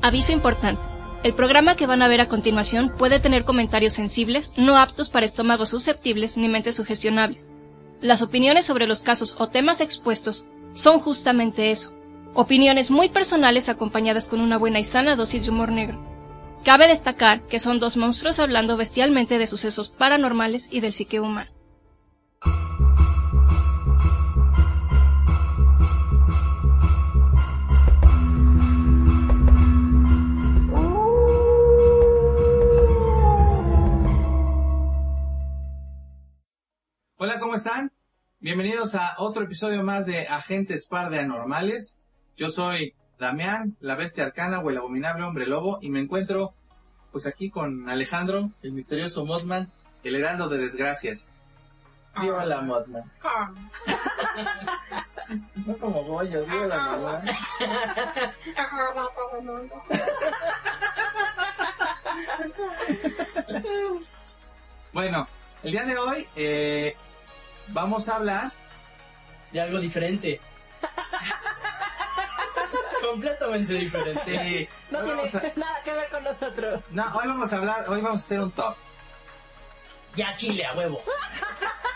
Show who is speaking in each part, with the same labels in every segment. Speaker 1: Aviso importante. El programa que van a ver a continuación puede tener comentarios sensibles, no aptos para estómagos susceptibles ni mentes sugestionables. Las opiniones sobre los casos o temas expuestos son justamente eso, opiniones muy personales acompañadas con una buena y sana dosis de humor negro. Cabe destacar que son dos monstruos hablando bestialmente de sucesos paranormales y del psique humano.
Speaker 2: Hola, ¿cómo están? Bienvenidos a otro episodio más de Agentes Par de Anormales. Yo soy Damián, la bestia arcana o el abominable hombre lobo y me encuentro pues aquí con Alejandro, el misterioso Mothman, el heraldo de desgracias. Viva la Mothman. No como Goyo, viva la Mothman. Bueno, el día de hoy eh, vamos a hablar
Speaker 3: de algo diferente. Completamente diferente.
Speaker 2: de...
Speaker 4: No
Speaker 2: hoy
Speaker 4: tiene
Speaker 2: vamos a-
Speaker 4: nada que ver con nosotros.
Speaker 2: no, hoy vamos a hablar, hoy vamos a hacer un top.
Speaker 3: Ya chile a huevo.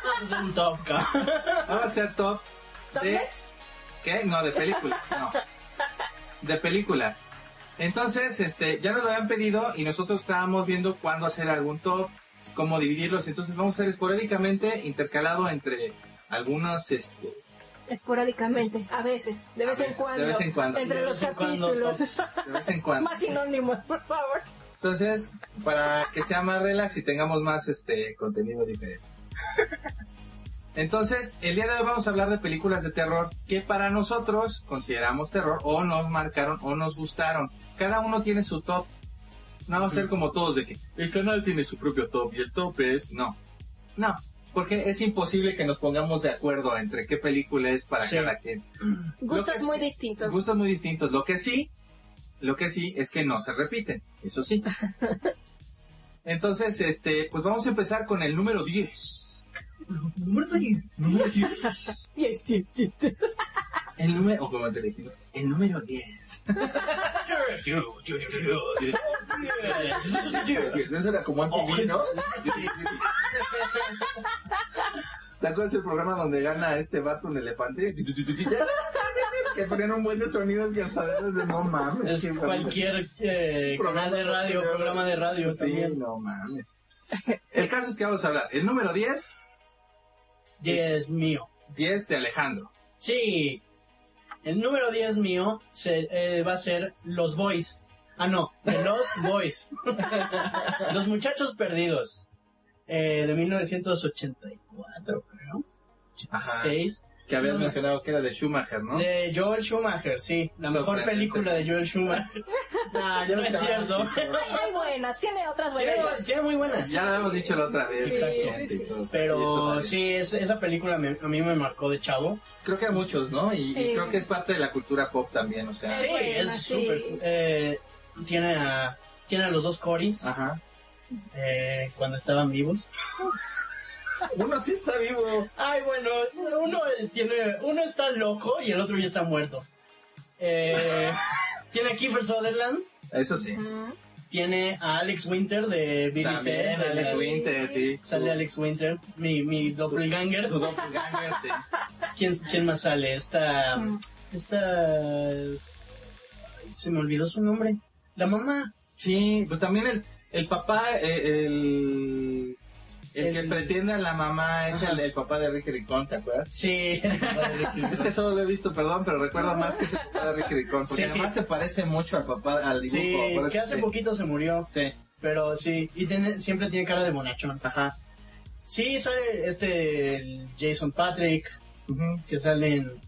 Speaker 3: Vamos a hacer un top, cabrón.
Speaker 2: Vamos a hacer top de...
Speaker 4: ¿Dóndes?
Speaker 2: ¿Qué? No, de películas. No. De películas. Entonces, este, ya nos lo habían pedido y nosotros estábamos viendo cuándo hacer algún top, cómo dividirlos. Entonces vamos a hacer esporádicamente intercalado entre algunos, este,
Speaker 4: Esporádicamente, a veces, de vez
Speaker 2: A
Speaker 4: en
Speaker 2: veces,
Speaker 4: cuando.
Speaker 2: de vez en cuando.
Speaker 4: Entre
Speaker 3: De
Speaker 4: los
Speaker 3: vez en cuando,
Speaker 4: capítulos.
Speaker 2: de vez en cuando.
Speaker 4: Más sinónimos, por favor.
Speaker 2: Entonces, para que sea más relax y tengamos más, este, contenido diferente. Entonces, el día de hoy vamos a hablar de películas de terror que para nosotros consideramos terror o nos marcaron o nos gustaron. Cada uno tiene su top. No va a ser como todos de que el canal tiene su propio top y el top es... No. No. Porque es imposible que nos pongamos de acuerdo entre qué película es para
Speaker 3: Sí.
Speaker 2: cada quien. Lo
Speaker 4: Gustos
Speaker 2: que
Speaker 4: muy
Speaker 2: sí-
Speaker 4: distintos.
Speaker 2: Gustos muy distintos. Lo que sí, lo que sí es que no se repiten. Eso sí. Entonces, este, pues vamos a empezar con el número 10. Número 10.
Speaker 4: Sí, sí, sí, sí.
Speaker 2: El número, o como te dije, ¿no? el número 10. Eso era como MTV, ¿no? ¿Te acuerdas del programa donde gana este vato un elefante? Que ponían un buen de sonidos y hasta de esos de no mames.
Speaker 3: Es
Speaker 2: chingada.
Speaker 3: cualquier eh, canal de radio, programa de radio
Speaker 2: Sí,
Speaker 3: también.
Speaker 2: no mames. El caso es que vamos a hablar. El número 10,
Speaker 3: Dios mío.
Speaker 2: 10 de Alejandro.
Speaker 3: Sí. El número 10 mío se- eh, va a ser Los Boys. Ah, no, The Lost Boys. Los Muchachos Perdidos. Eh, de 1984, creo.
Speaker 2: Ajá.
Speaker 3: 86.
Speaker 2: Que habías
Speaker 3: No.
Speaker 2: mencionado que era de Schumacher, ¿no?
Speaker 3: De Joel Schumacher, sí. La mejor
Speaker 2: Sorprendente.
Speaker 3: película de Joel Schumacher.
Speaker 2: Ah,
Speaker 3: no es cierto.
Speaker 4: Hay, hay buenas, tiene otras
Speaker 3: Tiene,
Speaker 4: buenas.
Speaker 3: tiene muy buenas.
Speaker 2: Ya lo habíamos dicho la otra vez.
Speaker 4: Sí,
Speaker 2: exactamente.
Speaker 4: sí, sí.
Speaker 2: Entonces, eso
Speaker 3: Pero
Speaker 2: vale.
Speaker 3: sí, es- esa película me- a mí me marcó de chavo.
Speaker 2: Creo que a muchos, ¿no? Y, y
Speaker 4: Sí.
Speaker 2: creo que es parte de la cultura pop también, o sea.
Speaker 3: Sí,
Speaker 4: buena,
Speaker 3: es
Speaker 4: sí.
Speaker 3: súper. eh, tiene, a, tiene a los dos Corys
Speaker 2: Ajá.
Speaker 3: eh, cuando estaban vivos.
Speaker 2: Uno sí está vivo.
Speaker 3: Ay, bueno, uno eh, tiene, uno está loco y el otro ya está muerto. Eh, tiene a Kiefer Sutherland,
Speaker 2: Eso sí.
Speaker 4: Ujú.
Speaker 3: tiene a Alex Winter de Billy
Speaker 2: También
Speaker 3: Ted,
Speaker 2: Alex
Speaker 3: eh,
Speaker 2: Winter, sí.
Speaker 3: Sale Alex Winter, mi, mi doppelganger.
Speaker 2: Su doppelganger, sí.
Speaker 3: ¿Quién, quién más sale? Esta,
Speaker 4: Mm.
Speaker 3: esta, ay, se me olvidó su nombre. La mamá.
Speaker 2: Sí, pero también el, el papá, eh, el, el, que
Speaker 3: El-
Speaker 2: pretende a la mamá es
Speaker 3: Ajá.
Speaker 2: el, el papá de Ricky Ricón, ¿te acuerdas?
Speaker 3: Sí.
Speaker 2: Es que solo lo he visto, perdón, pero recuerdo más que es el papá de Ricky Ricón, porque
Speaker 3: Sí.
Speaker 2: además se parece mucho al papá, al dibujo.
Speaker 3: sí,
Speaker 2: por eso
Speaker 3: que hace
Speaker 2: sí.
Speaker 3: poquito se murió,
Speaker 2: Sí,
Speaker 3: pero sí, y tiene, siempre tiene cara de bonachón.
Speaker 2: ajá.
Speaker 3: Sí, sale este el Jason Patrick,
Speaker 2: Ujú.
Speaker 3: que sale en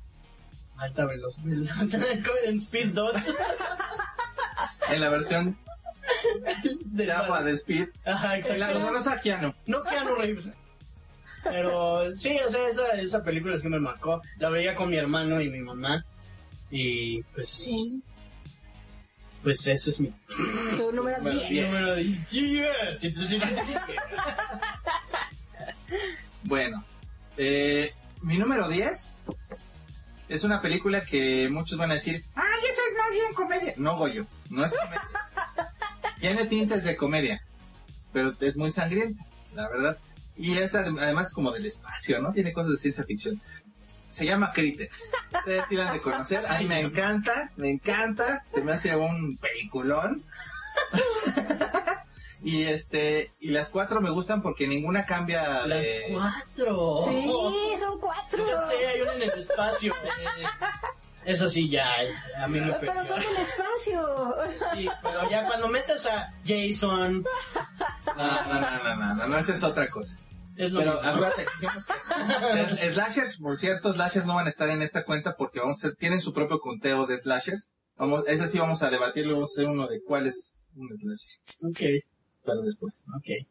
Speaker 3: alta velocidad, en Speed 2.
Speaker 2: en la versión
Speaker 3: De-
Speaker 2: chapa de Speed.
Speaker 3: Ajá,
Speaker 2: En la
Speaker 3: exacto.
Speaker 2: dolorosa Keanu.
Speaker 3: No Keanu Reeves. Pero sí, o sea, esa, esa película sí me marcó. La veía con mi hermano y mi mamá. Y pues, pues ese es mi
Speaker 1: Tu número
Speaker 2: Bueno,
Speaker 1: 10.
Speaker 2: Yes.
Speaker 3: número 10.
Speaker 2: Bueno, eh, mi número 10 es una película que muchos van a decir, ¡ay, eso es más bien comedia! No, Goyo, no es comedia. Tiene tintes de comedia, pero es muy sangrienta, la verdad. Y es adem- además como del espacio, ¿no? Tiene cosas de ciencia ficción. Se llama Crites. Ustedes sí la han de conocer. A mí me encanta, me encanta. Se me hace un peliculón. y este, y las cuatro me gustan porque ninguna cambia
Speaker 3: Las
Speaker 2: de-
Speaker 3: cuatro.
Speaker 1: Sí, son
Speaker 3: Sí,
Speaker 1: cuatro.
Speaker 3: ya sé, hay una en el espacio. Eso sí, ya, a mí me
Speaker 1: Pero son del espacio.
Speaker 3: Sí, pero ya cuando metes a Jason,
Speaker 2: No, no, no, no, no, no, no, esa es otra cosa.
Speaker 3: es lo
Speaker 2: Pero
Speaker 3: mismo.
Speaker 2: acuérdate, digamos que- slashers, por cierto, slashers no van a estar en esta cuenta porque vamos a hacer- tienen su propio conteo de slashers. Vamos, ese sí vamos a debatirlo, vamos a hacer uno de cuál es un slasher,
Speaker 3: Ok,
Speaker 2: pero después.
Speaker 3: ok. Eh,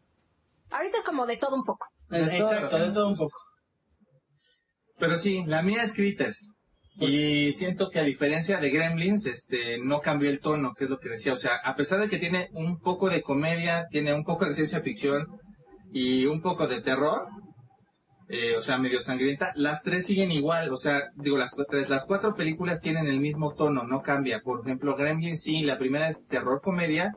Speaker 1: Ahorita como de todo un poco.
Speaker 2: De
Speaker 3: Exacto,
Speaker 2: todo.
Speaker 3: de todo un poco.
Speaker 2: Pero sí, la mía es Critters. Y siento que a diferencia de Gremlins, este, no cambió el tono, que es lo que decía. O sea, a pesar de que tiene un poco de comedia, tiene un poco de ciencia ficción y un poco de terror, eh, o sea, medio sangrienta, las tres siguen igual. O sea, digo, las, cu- tres- las cuatro películas tienen el mismo tono, no cambia. Por ejemplo, Gremlins sí, la primera es terror comedia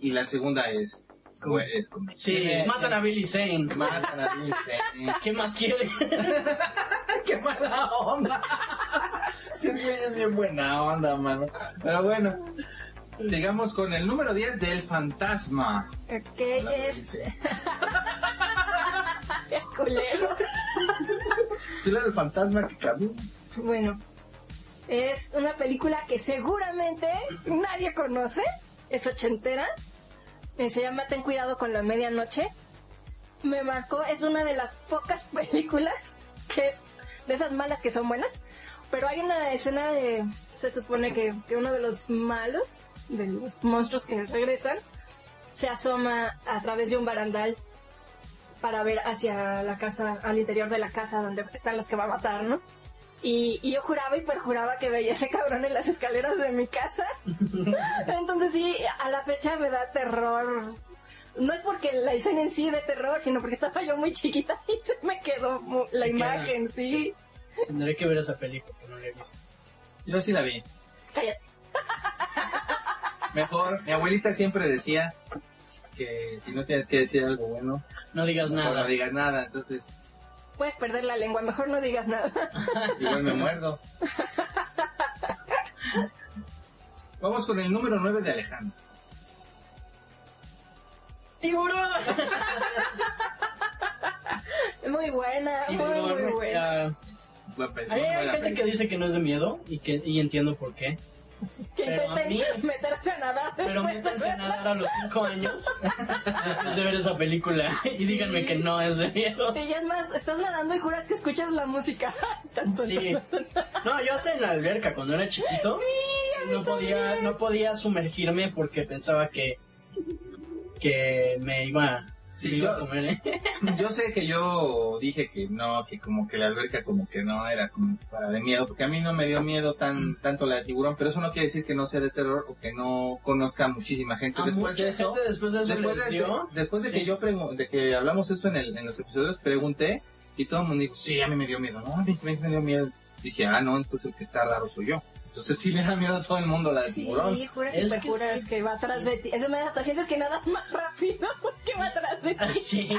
Speaker 2: y la segunda es...
Speaker 3: Com-
Speaker 2: es comedia.
Speaker 3: Sí,
Speaker 2: Tiene-
Speaker 3: matan a Billy Zane.
Speaker 2: Matan a Bill Zane.
Speaker 3: ¿Qué más quieres?
Speaker 2: ¡Qué mala onda! Sí, güey, es bien buena onda, mano. Pero bueno, sigamos con el número 10 del fantasma.
Speaker 1: Que es culero.
Speaker 2: ¿Sí era el fantasma que cambió?
Speaker 1: Bueno, es una película que seguramente nadie conoce. Es ochentera. Eh, Se llama Ten cuidado con la medianoche. Me marcó, es una de las pocas películas que es de esas malas que son buenas. Pero hay una escena de, se supone que, que uno de los malos, de los monstruos que regresan, se asoma a través de un barandal para ver hacia la casa, al interior de la casa donde están los que va a matar, ¿no? Y, y yo juraba y perjuraba que veía ese cabrón en las escaleras de mi casa. Entonces sí, a la fecha me da terror. No es porque la escena en sí de terror, sino porque estaba yo muy chiquita y se me quedó mu- la
Speaker 3: Se queda,
Speaker 1: imagen, sí.
Speaker 3: Tendré que ver esa película que no la he visto.
Speaker 2: Yo sí la vi.
Speaker 1: Cállate.
Speaker 2: Mejor, mi abuelita siempre decía que si no tienes que decir algo bueno,
Speaker 3: No digas
Speaker 2: mejor
Speaker 3: nada.
Speaker 2: no digas nada, entonces
Speaker 1: Puedes perder la lengua, mejor no digas nada.
Speaker 2: igual me muerdo. Vamos con el número 9 de Alejandro.
Speaker 3: ¡Tiburón!
Speaker 1: Muy buena, muy,
Speaker 3: Tiburón,
Speaker 1: muy buena.
Speaker 3: ah,
Speaker 2: Buen pe-
Speaker 3: Hay,
Speaker 2: muy
Speaker 3: hay
Speaker 2: buena
Speaker 3: gente que
Speaker 2: película.
Speaker 3: dice que no es de miedo y que y entiendo por qué.
Speaker 1: Que
Speaker 3: pero a mí-
Speaker 1: intenten meterse a nadar.
Speaker 3: Pero
Speaker 1: después de
Speaker 3: métanse a
Speaker 1: verla.
Speaker 3: nadar a los 5 años después de ver esa película y díganme que no es de miedo.
Speaker 1: Y ya es más, estás nadando y juras que escuchas la música. Tanto,
Speaker 3: Sí. No, yo hasta en la alberca cuando era chiquito no podía no podía sumergirme porque pensaba que que me iba
Speaker 2: Sí,
Speaker 3: me iba a
Speaker 2: yo-
Speaker 3: comer. ¿eh?
Speaker 2: Yo sé que yo dije que no, que como que la alberca como que no era como para de miedo, porque a mí no me dio miedo tan tanto la de tiburón, pero eso no quiere decir que no sea de terror o que no conozca a muchísima gente.
Speaker 3: A
Speaker 2: después
Speaker 3: mucha
Speaker 2: de eso,
Speaker 3: gente después de eso
Speaker 2: después
Speaker 3: les
Speaker 2: de,
Speaker 3: dio.
Speaker 2: este- después de
Speaker 3: Sí.
Speaker 2: que yo pregun- de que hablamos esto en, el, en los episodios, pregunté y todo el mundo dijo, sí, a mí me dio miedo. No, a mí, sí me me dio miedo. Dije, ah, no, pues el que está raro soy yo. Entonces sí le da miedo a todo el mundo la de tiburón.
Speaker 1: Sí, juras
Speaker 3: Es
Speaker 1: y
Speaker 3: que
Speaker 1: perjuras
Speaker 3: sí.
Speaker 1: que, va atrás de ti. Es de hasta sientes que nadas más rápido porque va atrás de ti.
Speaker 3: Sí.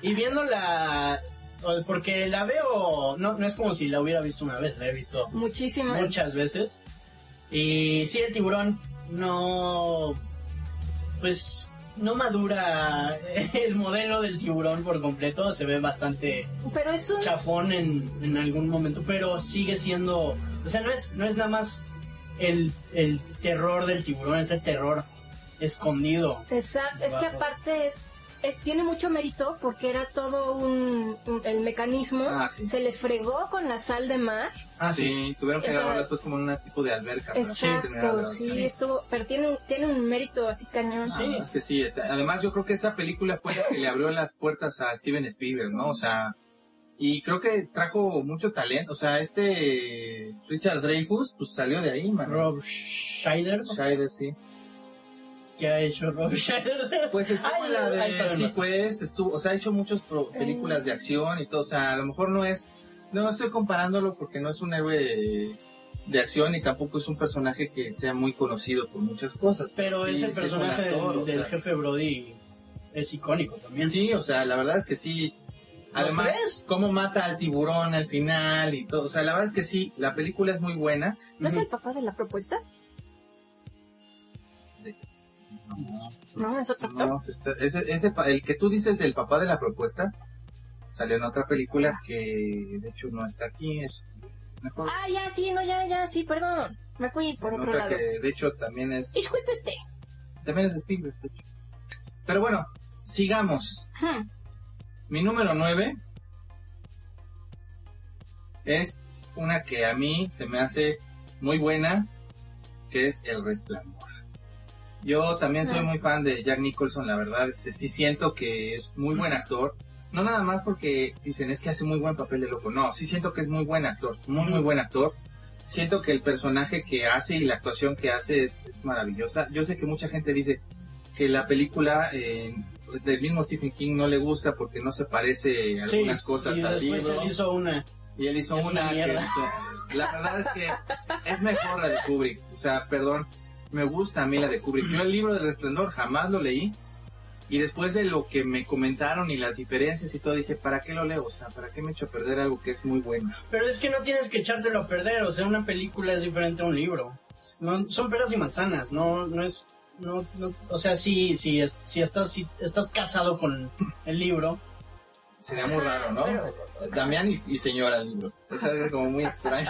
Speaker 3: Y viendo la o- porque la veo no no es como si la hubiera visto una vez, la he visto
Speaker 1: Muchísimo.
Speaker 3: muchas veces. Y sí, el tiburón no... Pues no madura el modelo del tiburón por completo, se ve bastante
Speaker 1: Pero es un...
Speaker 3: chafón en, en algún momento, pero sigue siendo... O sea, no es, no es nada más el, el terror del tiburón, es el terror escondido.
Speaker 1: Exacto, es que
Speaker 3: Guapo.
Speaker 1: aparte es
Speaker 4: es- tiene mucho mérito porque era todo un, un- el mecanismo.
Speaker 2: Ah, sí.
Speaker 4: Se les fregó con la sal de mar.
Speaker 3: Ah, sí.
Speaker 2: Sí, tuvieron que
Speaker 4: Eso-
Speaker 2: grabarlo después como en un tipo de alberca. para terminar la
Speaker 4: Exacto,
Speaker 2: grabación.
Speaker 4: sí, estuvo, pero tiene un, tiene un mérito así cañón.
Speaker 2: Ah, es que sí, este, además yo creo que esa película fue la que le abrió las puertas a Steven Spielberg, ¿no? O sea, y creo que trajo mucho talento, o sea, este Richard Dreyfus, pues salió de ahí, man.
Speaker 3: Rob Schneider.
Speaker 2: Scheider, sí.
Speaker 3: ¿Qué ha hecho Rob Schneider?
Speaker 2: Pues estuvo
Speaker 3: Ay,
Speaker 2: en la
Speaker 3: ahí está, Eh.
Speaker 2: de
Speaker 3: ahí
Speaker 2: Sí
Speaker 3: está.
Speaker 2: Quest, estuvo, o sea, ha hecho muchas pro- películas de acción y todo, o sea, a lo mejor no es, no estoy comparándolo porque no es un héroe de acción y tampoco es un personaje que sea muy conocido por muchas cosas.
Speaker 3: Pero
Speaker 2: Sí,
Speaker 3: ese
Speaker 2: sí es un
Speaker 3: personaje del-
Speaker 2: actor, o
Speaker 3: del,
Speaker 2: sea.
Speaker 3: jefe Brody es icónico también.
Speaker 2: Sí, o sea, la verdad es que sí.
Speaker 3: ¿Los
Speaker 2: Además,
Speaker 3: tres?
Speaker 2: cómo mata al tiburón al final y todo. O sea, la verdad es que sí, la película es muy buena.
Speaker 4: ¿No es
Speaker 3: Ujú.
Speaker 4: el papá de la propuesta?
Speaker 2: No,
Speaker 4: No, es otro actor.
Speaker 2: no, está- ese, ese pa- el que tú dices del papá de la propuesta salió en otra película que de hecho no está aquí. Es mejor
Speaker 4: Ah, ya, sí, no, ya, ya, sí, perdón. Me fui por
Speaker 2: en
Speaker 4: otro
Speaker 2: otra
Speaker 4: lado.
Speaker 2: que de hecho también es
Speaker 4: Disculpe usted.
Speaker 2: también es de Spielberg. de hecho. Pero bueno, sigamos.
Speaker 4: Hmm.
Speaker 2: Mi número 9 es una que a mí se me hace muy buena, que es El Resplandor. Yo también soy
Speaker 4: Ah.
Speaker 2: muy fan de Jack Nicholson, la verdad, este sí siento que es muy buen actor. No nada más porque dicen es que hace muy buen papel de loco. No, sí siento que es muy buen actor, muy muy buen actor. Siento que el personaje que hace y la actuación que hace es, es maravillosa. Yo sé que mucha gente dice que la película eh, del mismo Stephen King no le gusta porque no se parece
Speaker 3: Sí,
Speaker 2: algunas cosas
Speaker 3: y
Speaker 2: al
Speaker 3: después
Speaker 2: libro.
Speaker 3: él hizo una.
Speaker 2: Y él hizo
Speaker 3: Es
Speaker 2: una,
Speaker 3: una
Speaker 2: que
Speaker 3: mierda.
Speaker 2: es- la verdad es que es mejor la de Kubrick. O sea, perdón, me gusta a mí la de Kubrick. Yo el libro del Resplandor jamás lo leí. Y después de lo que me comentaron y las diferencias y todo, dije, ¿para qué lo leo? O sea, ¿para qué me echo a perder algo que es muy bueno?
Speaker 3: Pero es que no tienes que echártelo a perder, o sea, una película es diferente a un libro. No, son peras y manzanas, no, no es, no, no- o sea, si, si, es- si estás, si estás casado con el libro,
Speaker 2: Sería muy raro, ¿no?
Speaker 4: Pero-
Speaker 2: Damián y, y señora el libro. O sea, es como muy extraño.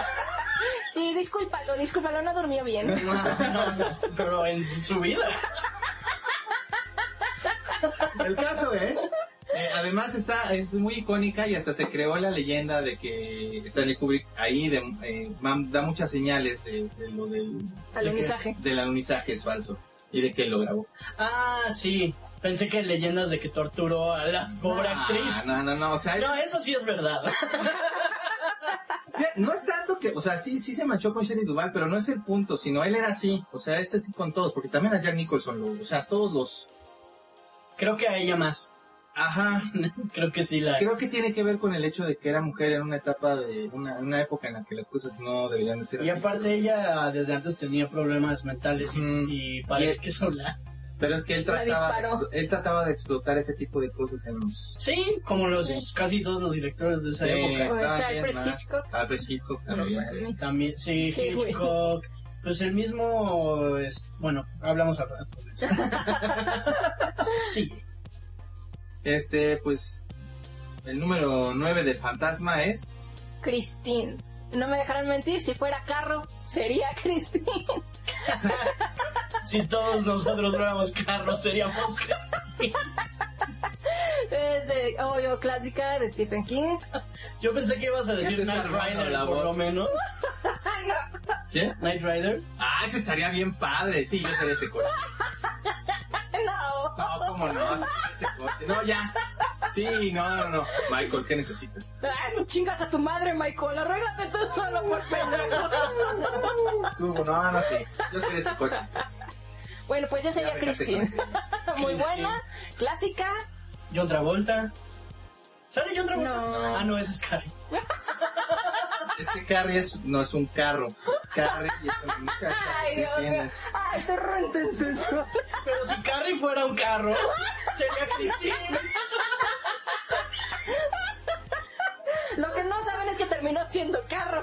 Speaker 4: Sí, discúlpalo, discúlpalo, no durmió bien.
Speaker 3: no, no, no, pero en su vida.
Speaker 2: El caso es, eh, además está, es muy icónica y hasta se creó la leyenda de que Stanley Kubrick ahí de- eh, man- da muchas señales de, de lo del
Speaker 4: Alunizaje.
Speaker 2: de que- del alunizaje es falso y de que lo grabó.
Speaker 3: Ah, sí, pensé que leyendas de que torturó a la pobre
Speaker 2: Ah,
Speaker 3: actriz.
Speaker 2: No, no, no, o sea, él-
Speaker 3: No, eso sí es verdad.
Speaker 2: no es tanto que, o sea, sí, sí se manchó con Shelley Duval, pero no es el punto, sino él era así, o sea, este sí con todos, porque también a Jack Nicholson, lo, o sea, todos los,
Speaker 3: Creo que a ella más.
Speaker 2: ajá,
Speaker 3: Creo que sí la...
Speaker 2: creo que tiene que ver con el hecho de que era mujer en una etapa de, una, una época en la que las cosas no deberían de ser
Speaker 3: Y
Speaker 2: así.
Speaker 3: aparte ella desde antes tenía problemas mentales y-
Speaker 2: Ujú.
Speaker 3: y
Speaker 2: Y-
Speaker 3: parece que sola.
Speaker 2: Pero es que él
Speaker 4: La
Speaker 2: trataba, de,
Speaker 4: disparó.
Speaker 2: explo- él trataba de explotar ese tipo de cosas en los...
Speaker 3: Sí, como los casi todos los directores de esa
Speaker 2: Sí.
Speaker 3: época.
Speaker 4: O
Speaker 2: Estaba
Speaker 4: sea,
Speaker 2: bien
Speaker 4: Alfred
Speaker 2: mal.
Speaker 4: Hitchcock.
Speaker 2: Alfred Hitchcock, claro, ya.
Speaker 3: También, sí,
Speaker 4: Sí, güey.
Speaker 3: Hitchcock. Pues el mismo. es- bueno, hablamos al rato. de eso. sí.
Speaker 2: Este, pues, el número 9 del fantasma es...
Speaker 4: Christine. No me dejarán mentir, si fuera carro, sería Christine.
Speaker 3: Si todos nosotros fuéramos carros, seríamos carros.
Speaker 4: Es de, obvio, clásica de Stephen King.
Speaker 3: Yo pensé que ibas a
Speaker 2: Ese
Speaker 3: decir
Speaker 2: es
Speaker 3: Night
Speaker 2: hermano de
Speaker 3: Rider,
Speaker 2: la
Speaker 3: por
Speaker 2: voz.
Speaker 3: lo menos.
Speaker 2: ¿Qué?
Speaker 3: Night Rider.
Speaker 2: Ah, eso estaría bien padre. Sí, yo sería ese coche.
Speaker 4: No.
Speaker 2: No, cómo no, ese coche. No, ya. Sí, no, no, no. Michael, ¿qué necesitas?
Speaker 4: Ay, chingas a tu madre, Michael. Arréglate tú solo por pendejo.
Speaker 2: Tú, no, no sé. Yo sería ese coche.
Speaker 4: Bueno, pues yo sería
Speaker 2: Ya, vete,
Speaker 4: Christine.
Speaker 2: vete, vete.
Speaker 4: Muy buena, clásica.
Speaker 3: John Travolta. ¿Sale John Travolta?
Speaker 4: No.
Speaker 3: Ah, no, ese es Carrie.
Speaker 2: Es que Carrie es, no es un carro. Es Carrie y es una mujer.
Speaker 4: Ay, Dios mío. Ay, te reentendido.
Speaker 3: Pero si Carrie fuera un carro, sería Christine.
Speaker 4: Lo que no saben es que terminó siendo carro.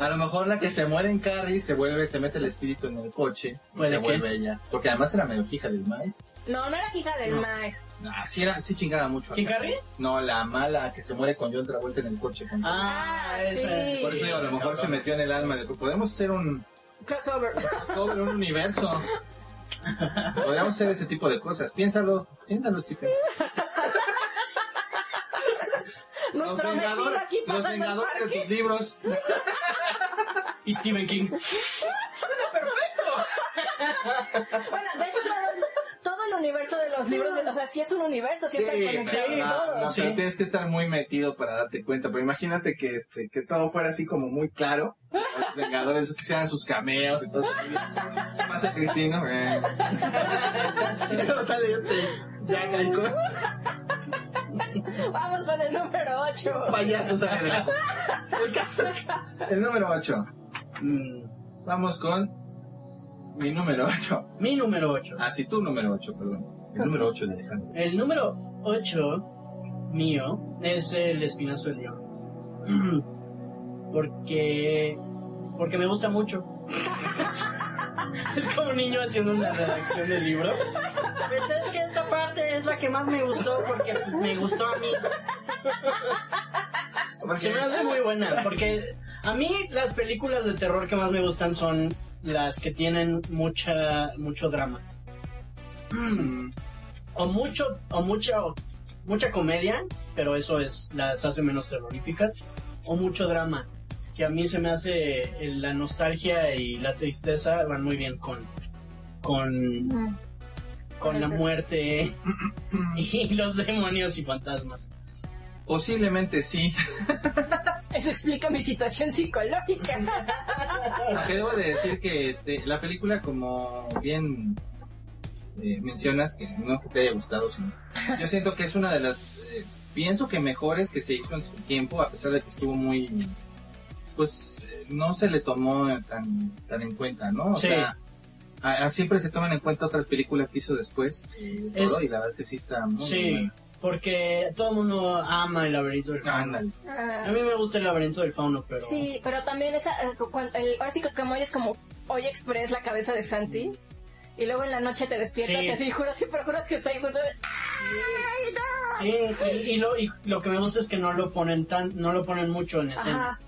Speaker 2: A lo mejor la que se muere en Carrie se vuelve, se mete el espíritu en el coche y
Speaker 3: ¿Puede
Speaker 2: se
Speaker 3: que?
Speaker 2: vuelve ella. Porque además era medio hija del maíz.
Speaker 4: No, no era hija del maíz.
Speaker 2: Ah, sí era, sí chingaba mucho. a
Speaker 3: ¿Y
Speaker 2: Carrie.
Speaker 3: Carrie?
Speaker 2: No, la mala que se muere con John Travolta en el coche. con-
Speaker 3: Ah,
Speaker 4: Ah,
Speaker 3: esa.
Speaker 4: sí.
Speaker 2: Por eso digo, a lo mejor se metió en el alma de podemos hacer un
Speaker 4: Crossover.
Speaker 2: sobre un universo. Podríamos hacer ese tipo de cosas. Piénsalo, piénsalo, Stephen. Los
Speaker 4: Nuestro vecino
Speaker 2: Vengadores,
Speaker 4: aquí
Speaker 2: los
Speaker 4: pasando el
Speaker 2: Vengadores de
Speaker 4: parque.
Speaker 2: tus libros.
Speaker 3: Y Stephen King.
Speaker 4: Bueno, de hecho, todo el, todo el universo de los libros, de- o sea, sí es un universo, sí, están conectados
Speaker 3: sí,
Speaker 2: no,
Speaker 4: todos.
Speaker 2: no,
Speaker 3: sí.
Speaker 2: pero tienes que estar muy metido para darte cuenta. Pero imagínate que este, que todo fuera así como muy claro. Los Vengadores que hicieran sus cameos y todo. ¿Qué pasa, Cristino? Eh. Y luego sale este Jack Alcor.
Speaker 4: Vamos con el número 8.
Speaker 2: Payaso sale de la- El caso es que- El número 8.
Speaker 3: mm,
Speaker 2: Vamos con mi número 8.
Speaker 3: Mi número 8.
Speaker 2: Ah, sí, tu número 8, perdón. El número 8 de Alejandro.
Speaker 3: El número 8 mío es el espinazo del diablo. Porque. Porque me gusta mucho. es como un niño haciendo una redacción del libro. Pues es que esta parte es la que más me gustó porque me gustó a mí. Se me hace muy buena, porque a mí las películas de terror que más me gustan son las que tienen mucha mucho drama. Mm. O mucho o mucha o mucha comedia, pero eso es las hace menos terroríficas o mucho drama, que a mí se me hace eh, la nostalgia y la tristeza van muy bien con con con la muerte y los demonios y fantasmas.
Speaker 2: Posiblemente sí.
Speaker 4: Eso explica mi situación psicológica.
Speaker 2: Aunque debo de decir que este, la película, como bien eh, mencionas, que no que te haya gustado, sino- yo siento que es una de las, eh, pienso que mejores que se hizo en su tiempo, a pesar de que estuvo muy, pues eh, no se le tomó tan, tan en cuenta, ¿no? O
Speaker 3: Sí.
Speaker 2: sea, a- a- siempre se toman en cuenta otras películas que hizo después, eh, todo,
Speaker 3: Es-
Speaker 2: y la verdad es que sí está muy
Speaker 3: Sí,
Speaker 2: buena.
Speaker 3: porque todo el mundo ama el laberinto del fauno.
Speaker 2: Ándale.
Speaker 3: A mí me gusta el laberinto del fauno, pero...
Speaker 4: Sí, pero también esa, eh, cu- cuando- el, ahora sí que como hoy es como hoy express la cabeza de Santi. Y luego en la noche te despiertas
Speaker 3: Sí.
Speaker 4: y así juras y perjuras que está ahí junto. ¡Ay, no!
Speaker 3: Sí, y, y lo, y lo que me gusta es que no lo ponen tan, no lo ponen mucho en escena.
Speaker 4: Ajá.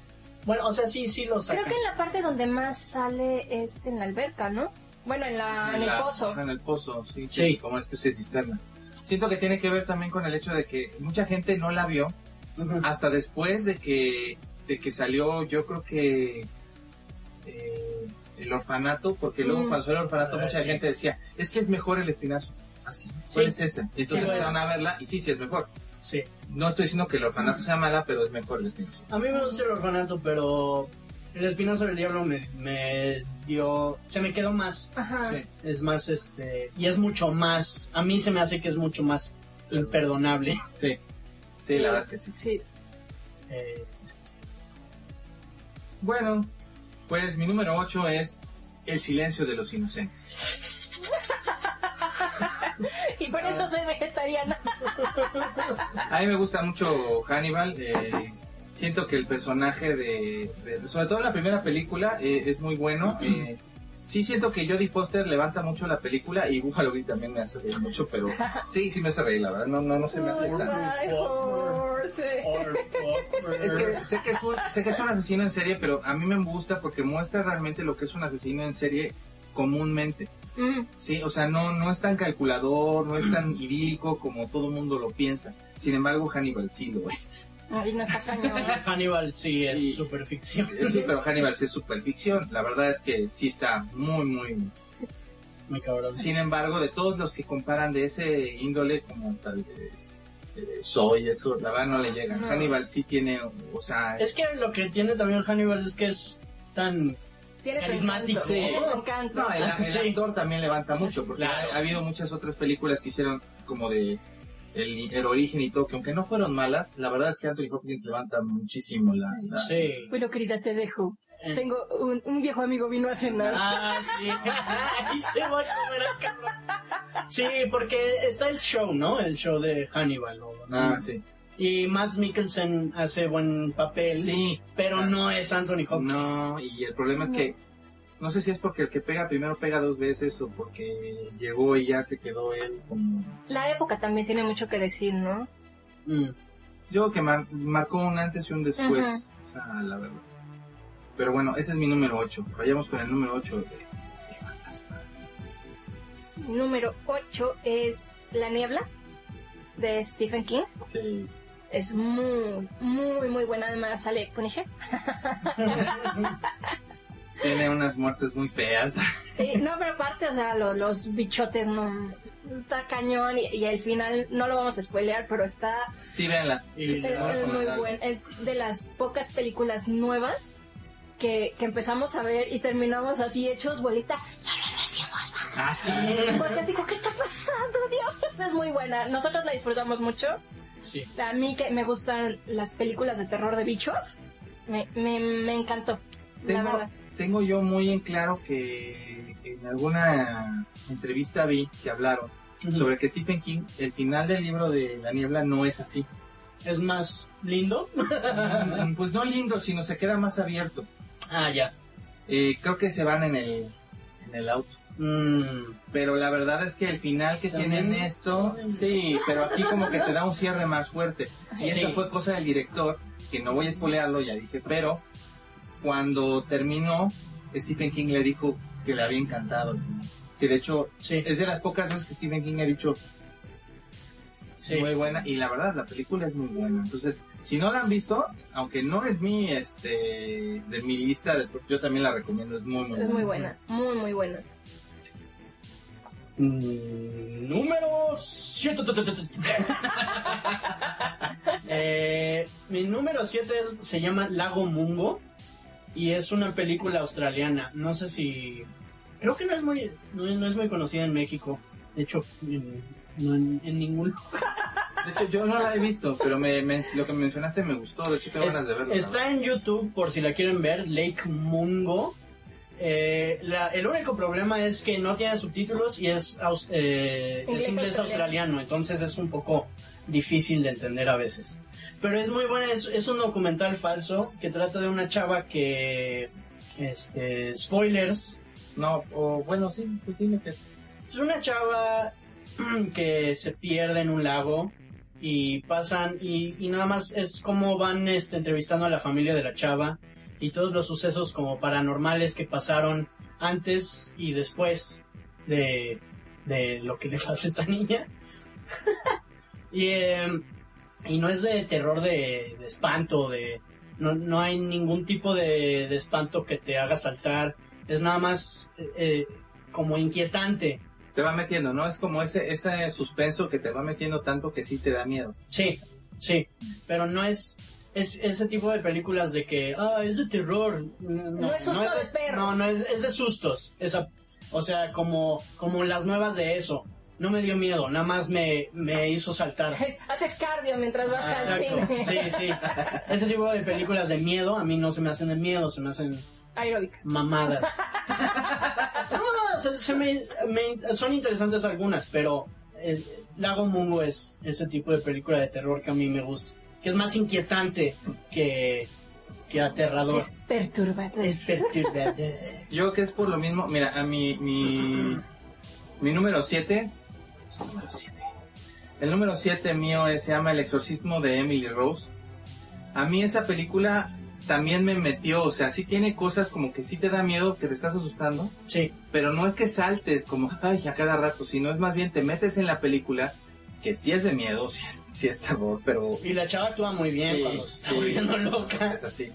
Speaker 3: Bueno, o sea, sí, sí lo sacan.
Speaker 4: Creo que en la parte donde más sale es en la alberca, ¿no? Bueno, en, la, Ah, en el
Speaker 2: la-
Speaker 4: pozo.
Speaker 2: En el pozo, sí, que
Speaker 3: Sí.
Speaker 2: es como una especie de cisterna. Siento que tiene que ver también con el hecho de que mucha gente no la vio
Speaker 3: Ujú.
Speaker 2: hasta después de que, de que salió, yo creo que eh, el orfanato, porque luego
Speaker 4: Mm.
Speaker 2: cuando salió el orfanato
Speaker 3: Ah,
Speaker 2: mucha
Speaker 3: sí.
Speaker 2: gente decía, es que es mejor el espinazo. Así, ¿cuál
Speaker 3: Sí.
Speaker 2: Ah, es ese? Y entonces
Speaker 3: Sí, pues.
Speaker 2: empezaron a verla y sí, sí es mejor.
Speaker 3: Sí.
Speaker 2: No estoy diciendo que el orfanato sea mala, pero es mejor el espinazo.
Speaker 3: A mí me gusta el orfanato, pero el espinazo del diablo me, me dio... Se me quedó más.
Speaker 4: Ajá.
Speaker 2: Sí.
Speaker 3: Es más, este... Y es mucho más... A mí se me hace que es mucho más imperdonable.
Speaker 2: Sí, sí, la verdad es que sí.
Speaker 4: Sí.
Speaker 3: Eh,
Speaker 2: Bueno, pues mi número 8 es El silencio de los inocentes.
Speaker 4: Y por eso soy vegetariana.
Speaker 2: A mí me gusta mucho Hannibal. eh, siento que el personaje de, de- Sobre todo en la primera película eh, es muy bueno. eh, sí siento que Jodie Foster levanta mucho la película y Buffalo Bill también me hace reír mucho, pero... Sí, sí me hace reír, la verdad. No, no, no se me hace
Speaker 4: Ay,
Speaker 2: tan...
Speaker 4: ay, por- Oh sí.
Speaker 2: Es que sé que es, un, sé que es un asesino en serie, pero a mí me gusta porque muestra realmente lo que es un asesino en serie comúnmente.
Speaker 4: Mm.
Speaker 2: Sí, o sea, no, no es tan calculador, no es tan idílico como todo mundo lo piensa. Sin embargo, Hannibal sí lo es.
Speaker 4: Ay, no está cañón.
Speaker 3: Hannibal sí
Speaker 2: Y-
Speaker 3: es super ficción.
Speaker 2: Eh, Sí, pero Hannibal sí es super ficción. La verdad es que sí está muy, muy.
Speaker 3: Muy cabrón.
Speaker 2: Sin embargo, de todos los que comparan de ese índole, como hasta el de, de Soy, eso, la verdad no le llegan.
Speaker 4: No.
Speaker 2: Hannibal sí tiene, o sea,
Speaker 3: Es que lo que tiene también Hannibal es que es tan...
Speaker 4: Tienes
Speaker 3: Carismático.
Speaker 4: encanto.
Speaker 2: Sí.
Speaker 4: Tienes encanto.
Speaker 2: no, el, el
Speaker 3: Sí.
Speaker 2: actor también levanta mucho, porque
Speaker 3: Claro.
Speaker 2: ha, ha habido muchas otras películas que hicieron como de el, el origen y todo, que aunque no fueron malas, la verdad es que Anthony Hopkins levanta muchísimo la. la-
Speaker 3: Sí.
Speaker 4: Bueno, querida, te dejo.
Speaker 3: Eh.
Speaker 4: Tengo un, un viejo amigo vino a cenar.
Speaker 3: Ah, sí. Ahí se va a comer al cabrón. Sí, porque está el show, ¿no? El show de Hannibal. ¿no?
Speaker 2: Ah, sí.
Speaker 3: Y Matt Mikkelsen hace buen papel,
Speaker 2: Sí, Ah.
Speaker 3: pero no es Anthony Hopkins.
Speaker 2: No, y el problema es que no sé si es porque el que pega primero pega dos veces o porque llegó y ya se quedó él como...
Speaker 4: La época también tiene mucho que decir, ¿no?
Speaker 3: Mm.
Speaker 2: Yo creo que mar- marcó un antes y un después, o sea, la verdad. Pero bueno, ese es mi número 8. Vayamos con el número 8 de, de Fantasma.
Speaker 4: número 8 es La Niebla de Stephen King.
Speaker 3: Sí.
Speaker 4: Es muy, muy, muy buena. Además sale Punisher.
Speaker 2: Tiene unas muertes muy feas.
Speaker 4: Sí, no, pero aparte, o sea, lo- los bichotes no. Está cañón y, y al final no lo vamos a spoilear, pero está.
Speaker 2: Sí, véanla.
Speaker 3: Y
Speaker 4: es,
Speaker 2: se
Speaker 3: la-
Speaker 2: va a
Speaker 4: es muy
Speaker 2: recomendar.
Speaker 4: buen. Es de las pocas películas nuevas que, que empezamos a ver y terminamos así hechos, bolita. Ya lo decíamos, va.
Speaker 2: Ah, sí.
Speaker 4: Porque así, como, ¿qué está pasando, Dios? Es muy buena. Nosotros la disfrutamos mucho.
Speaker 3: sí.
Speaker 4: A mí que me gustan las películas de terror de bichos, me, me, me encantó. La
Speaker 2: Tengo,
Speaker 4: verdad.
Speaker 2: tengo yo muy en claro que en alguna entrevista vi que hablaron sobre que Stephen King, el final del libro de La Niebla no es así.
Speaker 3: Es más lindo.
Speaker 2: Mm, pues no lindo, sino se queda más abierto.
Speaker 3: Ah, ya.
Speaker 2: Eh, creo que se van en el, en el auto.
Speaker 3: Mm.
Speaker 2: Pero la verdad es que el final que
Speaker 3: También.
Speaker 2: tienen esto, sí, pero aquí como que te da un cierre más fuerte. Y esta
Speaker 3: Sí.
Speaker 2: fue cosa del director, que no voy a spoilearlo, ya dije, pero cuando terminó, Stephen King le dijo que le había encantado. el final. Que de hecho,
Speaker 3: Sí,
Speaker 2: es de las pocas veces que Stephen King ha dicho
Speaker 3: sí.
Speaker 2: muy buena, y la verdad, la película es muy buena. Entonces, si no la han visto, aunque no es mi, este, de mi lista, de- yo también la recomiendo, es muy, muy
Speaker 4: Es muy buena, muy, muy buena.
Speaker 3: Mm, Número 7. Eh, mi número 7 se llama Lago Mungo y es una película australiana. No sé si... Creo que no es muy, no, no es muy conocida en México. De hecho, en- no en, en ningún
Speaker 2: De hecho, yo no la he visto, pero me, me- lo que mencionaste me gustó. De hecho, tengo
Speaker 3: Es-
Speaker 2: ganas de verla.
Speaker 3: Está en YouTube por si la quieren ver, Lake Mungo. Eh, la- el único problema es que no tiene subtítulos y es, aus- eh, es
Speaker 4: Inglés
Speaker 3: inglés
Speaker 4: australiano.
Speaker 3: australiano, entonces es un poco difícil de entender a veces. Pero es muy buena, es, es un documental falso que trata de una chava que... Este, spoilers,
Speaker 2: No, o bueno, sí, pues dime que.
Speaker 3: es una chava que se pierde en un lago y pasan y, y nada más es como van este, entrevistando a la familia de la chava y todos los sucesos como paranormales que pasaron antes y después de, de lo que le pasa a esta niña. y, em, y no es de terror de, de espanto, de no, no hay ningún tipo de, de espanto que te haga saltar. Es nada más eh, eh, como inquietante.
Speaker 2: Te va metiendo, ¿no? Es como ese, ese suspenso que te va metiendo tanto que sí te da miedo.
Speaker 3: Sí, sí, pero no es, es ese tipo de películas de que, ah, es de terror. No,
Speaker 4: No es susto de perro.
Speaker 3: No, no, es, es de sustos. Esa, o sea, como, como las nuevas de eso. No me dio miedo, nada más me, me hizo saltar.
Speaker 4: Es- haces cardio mientras vas
Speaker 2: Ah,
Speaker 4: al cine.
Speaker 3: Sí, sí. Ese tipo de películas de miedo a mí no se me hacen de miedo, se me hacen
Speaker 4: Aeróbicas.
Speaker 3: mamadas. No, no, se- se me- me- son interesantes algunas, pero el Lago Mungo es ese tipo de película de terror que a mí me gusta. Que es más inquietante que, que aterrador.
Speaker 4: Es perturbador.
Speaker 3: Es perturbador.
Speaker 2: Yo creo que es por lo mismo. Mira, a mi. Mi, mi número 7. El número 7 mío es- se llama El exorcismo de Emily Rose. A mí esa película también me metió. O sea, sí tiene cosas como que sí te da miedo, que te estás asustando.
Speaker 3: Sí,
Speaker 2: pero no es que saltes como ay a cada rato, sino es más bien te metes en la película, que sí es de miedo, sí es, sí es terror, pero
Speaker 3: y la chava actúa muy bien
Speaker 2: Sí,
Speaker 3: cuando se está
Speaker 2: sí.
Speaker 3: volviendo loca.
Speaker 2: es así.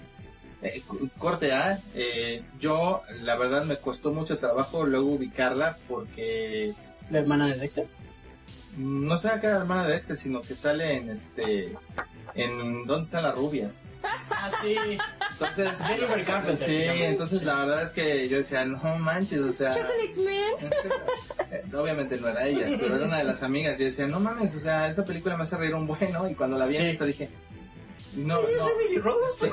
Speaker 2: Eh, cu- corte A, eh, yo la verdad me costó mucho trabajo luego ubicarla porque
Speaker 3: La hermana de Dexter.
Speaker 2: mm, no sabe que era hermana de Dexter, sino que sale en este, en ¿Dónde están las rubias?
Speaker 3: Ah, sí.
Speaker 2: Entonces,
Speaker 3: Jennifer Carpenter
Speaker 2: sí, Pues
Speaker 3: se llama.
Speaker 2: entonces la verdad es que yo decía, no manches, o sea...
Speaker 4: Chocolate Man.
Speaker 2: Eh, Obviamente no era ella, pero era una de las amigas. Yo decía, no mames, o sea, esta película me hace reír un bueno. Y cuando la vi en
Speaker 3: Sí.
Speaker 2: esta dije, no, no.
Speaker 3: ¿Ella es Emily Rose?
Speaker 2: Sí,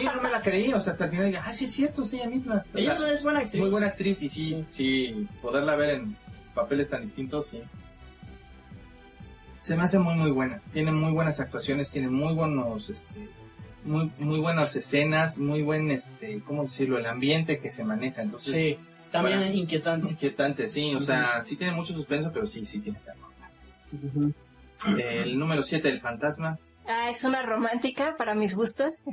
Speaker 2: sí, no me la creí. O sea, hasta el final dije, ah, sí es cierto, sí, ella misma. O sea,
Speaker 3: Ella es una- es buena
Speaker 2: es
Speaker 3: actriz.
Speaker 2: muy buena actriz y sí, sí, poderla ver en papeles tan distintos, sí. Se me hace muy, muy buena. Tiene muy buenas actuaciones, tiene muy buenos, este, muy, muy buenas escenas, muy buen, este, ¿cómo decirlo? El ambiente que se maneja. Entonces,
Speaker 3: Sí, también
Speaker 2: Buena.
Speaker 3: inquietante.
Speaker 2: Inquietante, sí, o sea, sí tiene mucho suspenso, pero sí, sí tiene terror. El número 7, el fantasma.
Speaker 4: Ah, es una romántica para mis gustos.
Speaker 2: Yo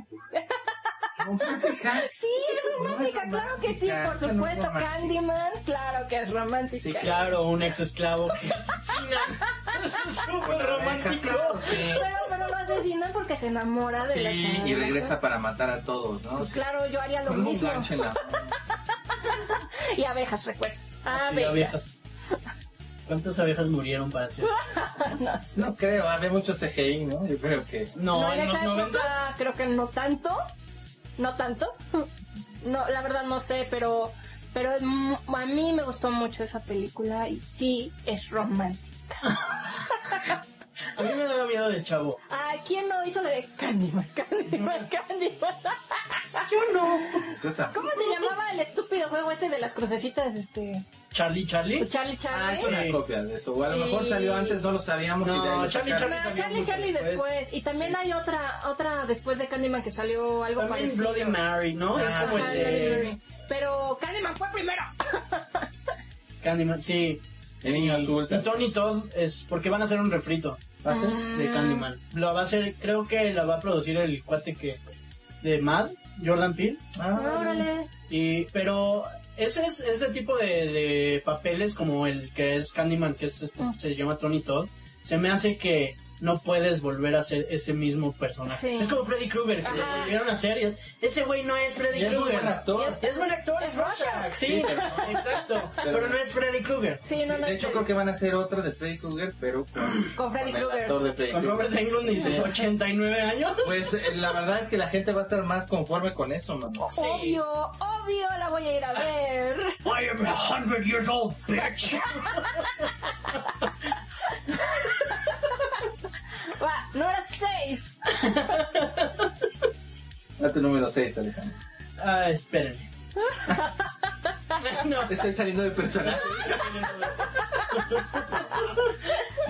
Speaker 2: Romántica.
Speaker 4: Sí, es romántica,
Speaker 2: Muy
Speaker 4: claro que sí,
Speaker 2: romántica,
Speaker 4: por
Speaker 2: eso no es
Speaker 4: supuesto.
Speaker 2: romántica.
Speaker 4: Candyman, claro que es romántica.
Speaker 3: Sí, claro, un ex esclavo que asesinan. Eso es súper romántico.
Speaker 2: Claro, sí.
Speaker 4: Pero, pero lo asesinan porque se enamora de la
Speaker 2: Sí,
Speaker 4: chava.
Speaker 2: y regresa para matar a todos, ¿no?
Speaker 4: Pues
Speaker 2: Sí.
Speaker 4: claro, yo haría lo
Speaker 2: Con un
Speaker 4: mismo.
Speaker 2: gancho en la
Speaker 4: Y abejas, recuerda.
Speaker 3: Sí,
Speaker 4: Abejas.
Speaker 3: abejas. ¿Cuántas abejas murieron para hacer?
Speaker 2: No creo, había mucho CGI, ¿no? Yo creo que.
Speaker 3: No,
Speaker 4: no,
Speaker 3: en los
Speaker 4: esa
Speaker 3: noventas.
Speaker 4: época creo que no tanto. No tanto. No, la verdad no sé, pero pero es mu- a mí me gustó mucho esa película y sí es romántica.
Speaker 3: A mí me daba miedo de chavo.
Speaker 4: ¿A quién no hizo la de Candyman, Candyman, Candyman? Yo no.
Speaker 2: pues, yo tampoco.
Speaker 4: ¿Cómo se llamaba el estúpido juego este de las crucecitas? Este,
Speaker 3: Charlie, Charlie.
Speaker 4: Pues Charlie
Speaker 2: Ah,
Speaker 4: Charlie.
Speaker 2: es
Speaker 3: sí.
Speaker 2: una copia de eso. O a lo mejor
Speaker 4: Sí.
Speaker 2: salió antes, no lo sabíamos. y de ahí
Speaker 3: No,
Speaker 2: lo
Speaker 3: Charlie,
Speaker 2: sacaron.
Speaker 4: No,
Speaker 3: Charlie.
Speaker 4: Charlie Charlie
Speaker 3: después.
Speaker 4: después. Y también hay otra otra después de Candyman que salió algo
Speaker 3: También
Speaker 4: parecido. Este,
Speaker 3: Bloody Mary, ¿no?
Speaker 2: Ah,
Speaker 3: es como
Speaker 4: Ajá,
Speaker 3: el de
Speaker 4: Bloody Mary. Pero Candyman fue primero.
Speaker 3: Candyman, sí.
Speaker 2: El niño
Speaker 3: Y-
Speaker 2: azul.
Speaker 3: Y Tony Todd es porque van a hacer un refrito
Speaker 4: Ah.
Speaker 2: ¿Va a ser?
Speaker 3: de Candyman. Lo va a hacer, creo que la va a producir el cuate que de Mad, Jordan Peele.
Speaker 2: Ah,
Speaker 4: Órale.
Speaker 3: Y, pero ese es ese tipo de, de papeles como el que es Candyman, que es este-
Speaker 4: Mm.
Speaker 3: se llama Tony Todd, se me hace que no puedes volver a ser ese mismo personaje.
Speaker 4: Sí.
Speaker 3: Es como Freddy Krueger, que lo
Speaker 4: Ajá.
Speaker 3: volvieron a hacer y es, ese güey no es
Speaker 2: y
Speaker 3: Freddy
Speaker 2: es muy buen
Speaker 3: Krueger.
Speaker 2: actor.
Speaker 3: Es buen actor, es Rorschach, sí,
Speaker 2: Sí, pero-
Speaker 3: exacto,
Speaker 2: pero-
Speaker 3: pero, no es Freddy Krueger.
Speaker 4: Sí, no, no.
Speaker 2: De hecho, creo que van a hacer otra de Freddy Krueger, pero con,
Speaker 4: Con Freddy
Speaker 2: el
Speaker 4: Krueger.
Speaker 2: actor de Freddy
Speaker 3: Con
Speaker 2: Krueger.
Speaker 3: Robert Englund y sus 89 años.
Speaker 2: Pues eh, la verdad es que la gente va a estar más conforme con eso, mamá.
Speaker 3: Oh, Sí.
Speaker 4: Obvio, obvio, la voy a ir
Speaker 2: Ah.
Speaker 4: a ver.
Speaker 3: I am a hundred years old, bitch.
Speaker 4: Va, número 6.
Speaker 2: Date número 6, Alejandro.
Speaker 3: Ah, espérenme. no,
Speaker 2: Estoy saliendo de personaje.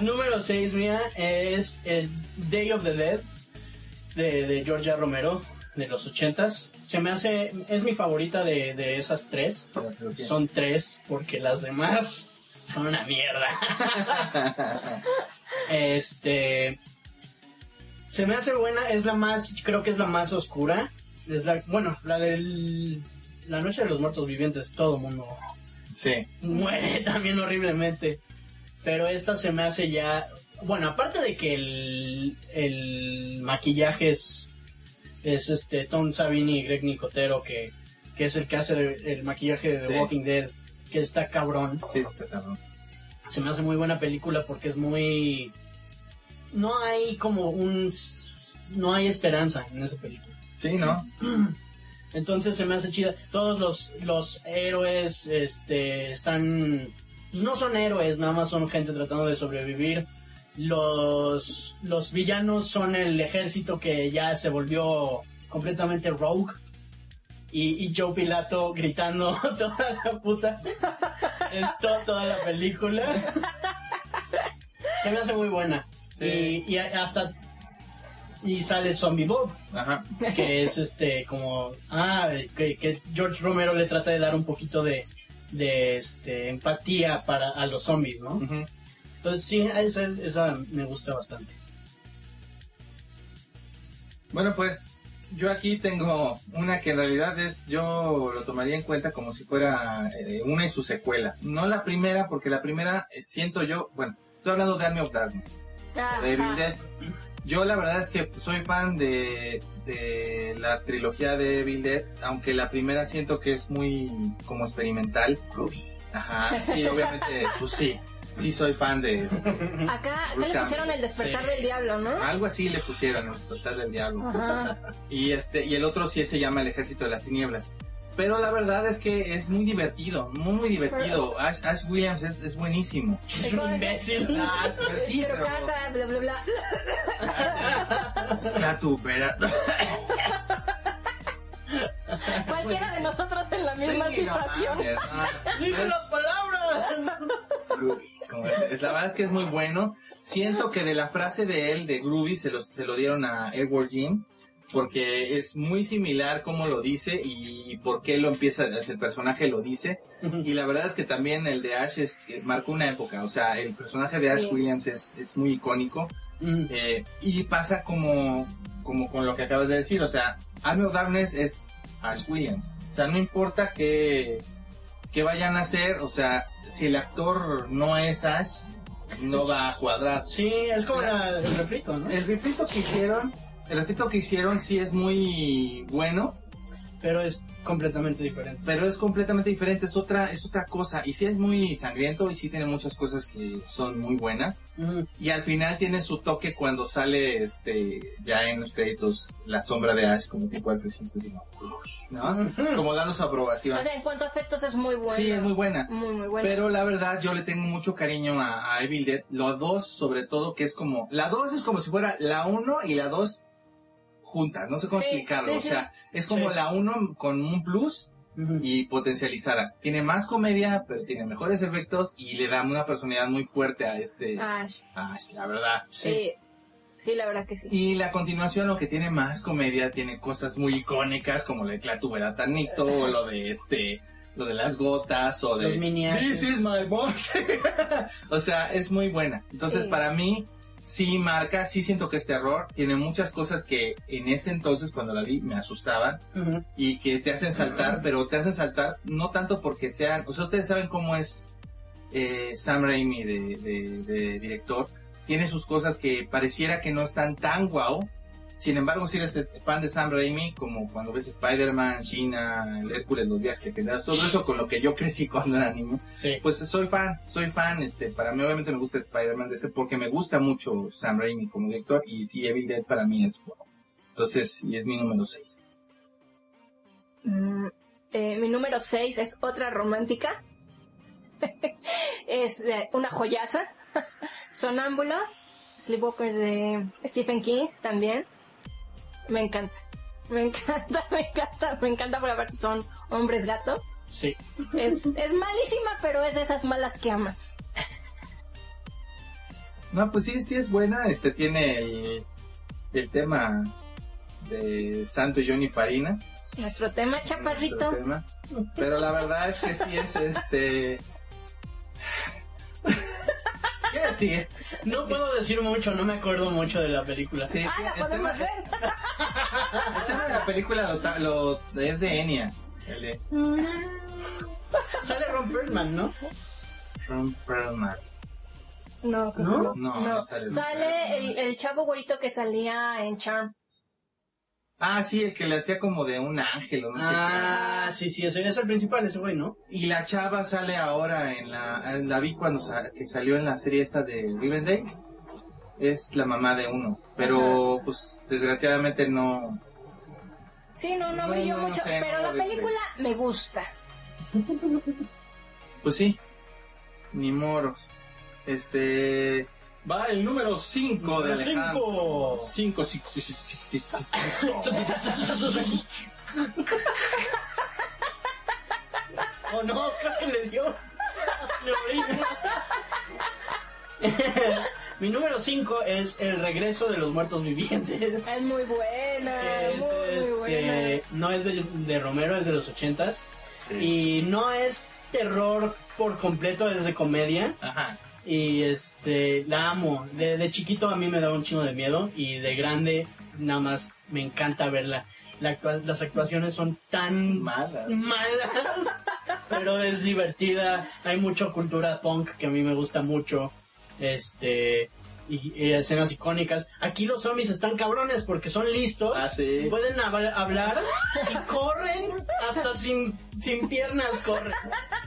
Speaker 3: Número 6 mía es el Day of the Dead de, de Georgia Romero de los 80s. Se me hace, es mi favorita de, de esas tres. Son tres porque las demás son una mierda. este se me hace buena, es la más, creo que es la más oscura. Es la, bueno, la del la noche de los muertos vivientes, todo mundo
Speaker 2: Sí.
Speaker 3: muere también horriblemente. Pero esta se me hace ya. Bueno, aparte de que el, el maquillaje es, es este Tom Savini y Greg Nicotero, que, que es el que hace el, el maquillaje de
Speaker 2: Sí.
Speaker 3: Walking Dead, que está cabrón.
Speaker 2: Sí, está cabrón.
Speaker 3: Se me hace muy buena película porque es muy. No hay como un. s- No hay esperanza en esa película.
Speaker 2: Sí, ¿no?
Speaker 3: Entonces se me hace chida. Todos los, los héroes este, están... Pues no son héroes, nada más son gente tratando de sobrevivir. Los, los villanos son el ejército que ya se volvió completamente rogue. Y, y Joe Pilato gritando toda la puta en to- toda la película. Se me hace muy buena.
Speaker 2: Sí.
Speaker 3: Y, y a- hasta... Y sale Zombie Bob
Speaker 2: Ajá.
Speaker 3: que es este como ah que, que George Romero le trata de dar un poquito de de este empatía para a los zombies no
Speaker 2: Ujú.
Speaker 3: entonces sí esa, esa me gusta bastante
Speaker 2: Bueno, pues yo aquí tengo una que en realidad es, yo lo tomaría en cuenta como si fuera eh, una y su secuela. No la primera, porque la primera eh, siento yo, bueno, estoy hablando de Army of Darkness, de Evil Dead. Yo la verdad es que soy fan de, de la trilogía de Evil Dead, aunque la primera siento que es muy como experimental. Ajá, sí, obviamente, pues sí, sí soy fan de...
Speaker 4: Acá, acá le pusieron el despertar
Speaker 3: Sí.
Speaker 4: del diablo, ¿no?
Speaker 2: Algo así le pusieron, el total del diablo.
Speaker 4: Ajá.
Speaker 2: Y este, y el otro sí se llama El Ejército de las Tinieblas. Pero la verdad es que es muy divertido, muy, muy divertido. Ash, Ash Williams es, es buenísimo.
Speaker 3: es un imbécil
Speaker 2: Ah, pero sí,
Speaker 4: pero
Speaker 2: pero...
Speaker 4: canta, bla, bla, bla.
Speaker 2: Catu, pero...
Speaker 4: Cualquiera de nosotros en la misma
Speaker 2: Sí, no
Speaker 4: situación.
Speaker 2: mames, ah,
Speaker 3: dije las palabras
Speaker 2: como es- es- la verdad es que es muy bueno. Siento que de la frase de él, de Groovy, se, los, se lo dieron a Edward Jean. Porque es muy similar cómo lo dice y por qué lo empieza, el personaje lo dice. Y la verdad es que también el de Ash es, eh, marcó una época, o sea, el personaje de Ash
Speaker 4: Sí.
Speaker 2: Williams es, es muy icónico
Speaker 3: Mm,
Speaker 2: eh, y pasa como, como con lo que acabas de decir, o sea, Army of Darkness es Ash Williams. O sea, no importa que, que vayan a hacer, o sea, si el actor no es Ash, no va a cuadrar.
Speaker 3: Sí, es como la- el refrito, ¿no?
Speaker 2: El refrito que hicieron, el refrito que hicieron sí es muy bueno,
Speaker 3: Pero es completamente diferente.
Speaker 2: pero es completamente diferente, es otra, es otra cosa. Y sí es muy sangriento y sí tiene muchas cosas que son muy buenas.
Speaker 3: Ujú.
Speaker 2: Y al final tiene su toque cuando sale, este, ya en los créditos, la sombra de Ash, como tipo al principio, así, ¿no? Como dando su aprobación.
Speaker 4: O sea, en cuanto a efectos es muy bueno.
Speaker 2: Sí, es muy buena.
Speaker 4: Muy, muy bueno.
Speaker 2: Pero la verdad, yo le tengo mucho cariño a, a Evil Dead. La 2, sobre todo, que es como... La 2 es como si fuera la 1 y la 2 juntas. No sé cómo
Speaker 4: Sí,
Speaker 2: explicarlo.
Speaker 4: sí,
Speaker 2: o sea, es como
Speaker 3: Sí.
Speaker 2: la 1 con un plus
Speaker 3: Ujú.
Speaker 2: y potencializada. Tiene más comedia, pero tiene mejores efectos y le da una personalidad muy fuerte a este...
Speaker 4: Ah, sí.
Speaker 2: a Ash, la verdad.
Speaker 4: sí. la verdad que Eh, sí.
Speaker 2: Y la continuación, aunque tiene más comedia, tiene cosas muy icónicas como la de Clatuberá Tanito o lo de este, lo de las gotas o de...
Speaker 3: Los mini
Speaker 2: This
Speaker 3: ashes.
Speaker 2: is my box. o sea, es muy buena. Entonces,
Speaker 4: Sí.
Speaker 2: para mí, sí marca, sí siento que es terror. Tiene muchas cosas que en ese entonces, cuando la vi, me asustaban
Speaker 3: Ujú.
Speaker 2: y que te hacen saltar, pero te hacen saltar no tanto porque sean, o sea, ustedes saben cómo es eh, Sam Raimi de, de- de director, tiene sus cosas que pareciera que no están tan guau, sin embargo, si eres fan de Sam Raimi, como cuando ves Spider-Man, China, el Hércules, los viajes legendarios, todo eso con lo que yo crecí cuando era niño,
Speaker 3: Sí.
Speaker 2: pues soy fan, soy fan, este, para mí obviamente me gusta Spider-Man de ese porque me gusta mucho Sam Raimi como director y sí, Evil Dead para mí es bueno. Entonces, y es mi número 6.
Speaker 4: Mm, eh, mi número 6 es otra romántica. es eh, una joyaza. Sonámbulos. Sleepwalkers de Stephen King también. Me encanta. Me encanta, me encanta, me encanta por aparte son hombres gato.
Speaker 3: Sí.
Speaker 4: Es, es malísima, pero es de esas malas que amas.
Speaker 2: No, pues sí, sí es buena. Este tiene el, el tema de Santo y Johnny Farina.
Speaker 4: Nuestro tema, chaparrito.
Speaker 2: nuestro tema. Pero la verdad es que sí es este. ¿Qué decir?
Speaker 3: No puedo decir mucho, no me acuerdo mucho de la película.
Speaker 2: Sí,
Speaker 4: Ah,
Speaker 2: sí,
Speaker 4: la
Speaker 2: el, tema, este?
Speaker 4: podemos ver.
Speaker 2: el tema de la película lo ta- lo, es de Enya. El de
Speaker 3: Sale Ron Perlman, ¿no?
Speaker 2: Ron Perlman.
Speaker 4: No,
Speaker 3: ¿No?
Speaker 4: no,
Speaker 2: No, no sale el-
Speaker 4: Sale el, el chavo güerito que salía en Charm.
Speaker 2: Ah, sí, el que le hacía como de un ángel o no sé
Speaker 3: Ah, sí, sí, ese es el principal, ese güey, ¿no?
Speaker 2: qué. Y la chava sale ahora en la. La vi cuando sa- que salió en la serie esta de Rivendell. es la mamá de uno, pero pues desgraciadamente no.
Speaker 4: Sí, no, no
Speaker 2: No,
Speaker 4: brilló
Speaker 2: no, no
Speaker 4: mucho,
Speaker 2: sé, no
Speaker 4: pero
Speaker 2: lo
Speaker 4: la
Speaker 2: vi,
Speaker 4: película me gusta.
Speaker 2: Pues sí, ni moros. Este va el número 5 de Alejandro. 5
Speaker 3: Cinco.
Speaker 2: 5
Speaker 3: Oh no, creo que le dio. Le oí. Mi número 5 es El regreso de los muertos vivientes.
Speaker 4: Es muy buena,
Speaker 3: Es,
Speaker 4: muy, muy buena.
Speaker 3: este, no es de, de Romero, es de los 80s. Y no es terror por completo, es de comedia.
Speaker 2: Ajá.
Speaker 3: Y este, la amo. De, de chiquito a mí me da un chingo de miedo y de grande nada más me encanta verla. La actua- las actuaciones son tan
Speaker 2: Mala.
Speaker 3: malas, pero es divertida. Hay mucha cultura punk que a mí me gusta mucho. Este, y, y escenas icónicas. Aquí los zombies están cabrones porque son listos.
Speaker 2: Ah, sí.
Speaker 3: Pueden hab- hablar y corren hasta sin, sin piernas, corren.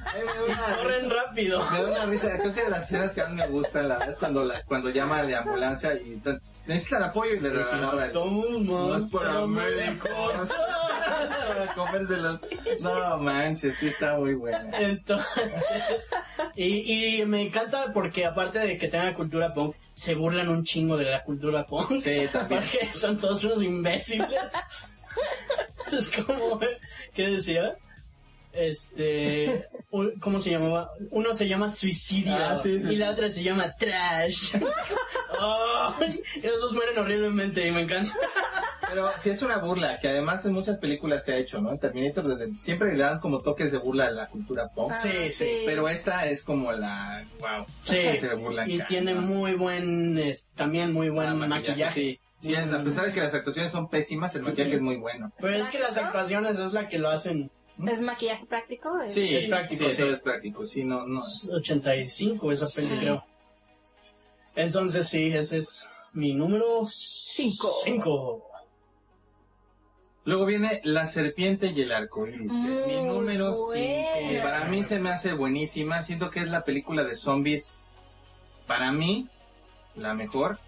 Speaker 2: Ay, Eh, me da una-
Speaker 3: Corren rápido.
Speaker 2: Me da una risa, creo que de las escenas que más me gustan, la verdad, es cuando, la, cuando llama a la ambulancia y tan- necesitan apoyo y le regalan ahora el-
Speaker 3: No
Speaker 2: No es para médicos. para comérselos. No manches, sí está muy buena.
Speaker 3: Entonces, y, y me encanta porque aparte de que tenga cultura punk, se burlan un chingo de la cultura punk.
Speaker 2: Sí, también.
Speaker 3: Porque son todos unos imbéciles. es como, ¿qué decía? Este, un- ¿cómo se llamaba? Uno se llama suicidio
Speaker 2: Ah, sí, sí,
Speaker 3: y la
Speaker 2: sí.
Speaker 3: otra se llama trash. Ay, y los dos mueren horriblemente y me encanta.
Speaker 2: Pero sí es una burla, que además en muchas películas se ha hecho, ¿no? En Terminator desde- siempre le dan como toques de burla a la cultura pop.
Speaker 4: Ah,
Speaker 3: sí, sí,
Speaker 2: Pero esta es como la... ¡Wow!
Speaker 3: Sí,
Speaker 2: Se burlan
Speaker 3: y
Speaker 2: cañón.
Speaker 3: tiene muy buen, es- también muy buen
Speaker 2: Ah,
Speaker 3: maquillaje.
Speaker 2: Sí, Sí, es- a pesar de que las actuaciones son pésimas, el maquillaje es muy bueno.
Speaker 3: Pero es que las actuaciones es la que lo hacen
Speaker 4: ¿Es maquillaje práctico? ¿Es-
Speaker 2: Sí,
Speaker 3: Es práctico,
Speaker 2: sí,
Speaker 3: sí.
Speaker 2: todo es práctico, sí, no, no.
Speaker 3: 85 esa peli, creo. Entonces sí, ese es mi número 5.
Speaker 2: Luego viene La Serpiente y el Arco Iris, que es mi
Speaker 4: Muy
Speaker 2: número
Speaker 4: buena.
Speaker 2: 5. Para mí se me hace buenísima, siento que es la película de zombies, para mí, la mejor,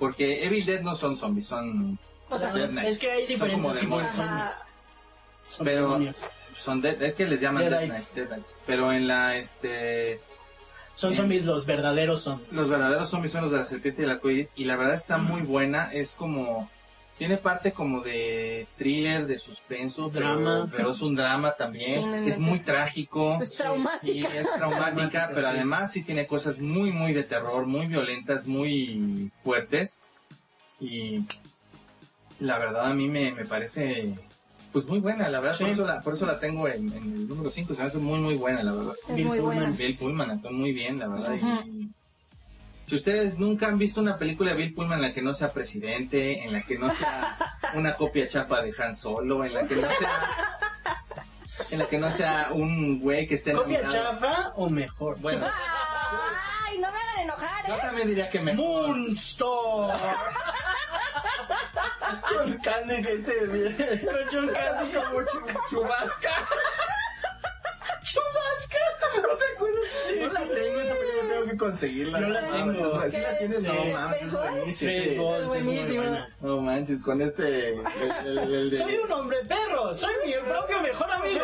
Speaker 2: porque Evil Dead no son zombies, son,
Speaker 4: Otra
Speaker 2: Ya.
Speaker 4: vez.
Speaker 2: Nice.
Speaker 3: Es que hay
Speaker 2: Son como
Speaker 3: diferentes tipos de
Speaker 2: demonios.
Speaker 3: zombies.
Speaker 4: Ajá.
Speaker 3: Son
Speaker 2: Pero-
Speaker 3: demonios.
Speaker 2: son dead, es que les llaman Dead
Speaker 3: Deadites.
Speaker 2: Knights, Deadites. pero en la, este,
Speaker 3: Son
Speaker 2: Sí.
Speaker 3: zombies los verdaderos zombies.
Speaker 2: Los verdaderos zombies son los de la serpiente y el arcoíris y la verdad está
Speaker 4: Mm.
Speaker 2: muy buena, es como tiene parte como de thriller, de suspenso, pero-
Speaker 3: Drama.
Speaker 2: pero, es un drama también,
Speaker 4: Sí, no
Speaker 2: es
Speaker 4: inventes.
Speaker 2: muy trágico
Speaker 4: Es
Speaker 2: y
Speaker 4: traumática.
Speaker 2: es traumática, pero
Speaker 3: sí.
Speaker 2: además sí tiene cosas muy muy de terror, muy violentas, muy fuertes y la verdad a mí me, me parece pues muy buena, la verdad
Speaker 3: Sí.
Speaker 2: por, eso la, por eso la tengo en, en el número 5, se me hace muy muy buena la verdad.
Speaker 4: Es muy buena.
Speaker 2: Bill Pullman actuó muy bien, la verdad. y-
Speaker 1: Ujú.
Speaker 2: si ustedes nunca han visto una película de Bill Pullman en la que no sea presidente, en la que no sea una copia chapa de Han Solo, en la que no sea, en la que no sea un güey que esté
Speaker 3: ¿Copia
Speaker 2: nominado.
Speaker 3: chafa o mejor?
Speaker 2: Bueno,
Speaker 4: Ay, no me hagan enojar,
Speaker 2: yo
Speaker 4: ¿eh?
Speaker 2: también diría que me
Speaker 3: Moonstorm.
Speaker 2: Con Candy que esté bien.
Speaker 3: Pero John Candy
Speaker 2: como chu- chubasca.
Speaker 3: Chubasca.
Speaker 2: No te acuerdas. No la tengo, esa película tengo que conseguirla.
Speaker 3: Yo la
Speaker 2: No,
Speaker 3: tengo.
Speaker 2: esa es- Si la tienes,
Speaker 3: Sí.
Speaker 2: no mames. es
Speaker 4: ¿Es béisbol?
Speaker 2: buenísima, sí.
Speaker 3: Baseball,
Speaker 4: es
Speaker 3: sí, es muy
Speaker 4: buenísimo.
Speaker 3: buena.
Speaker 2: No manches, con este. el- el- el- el de-
Speaker 3: Soy un hombre perro, soy mi propio mejor amigo.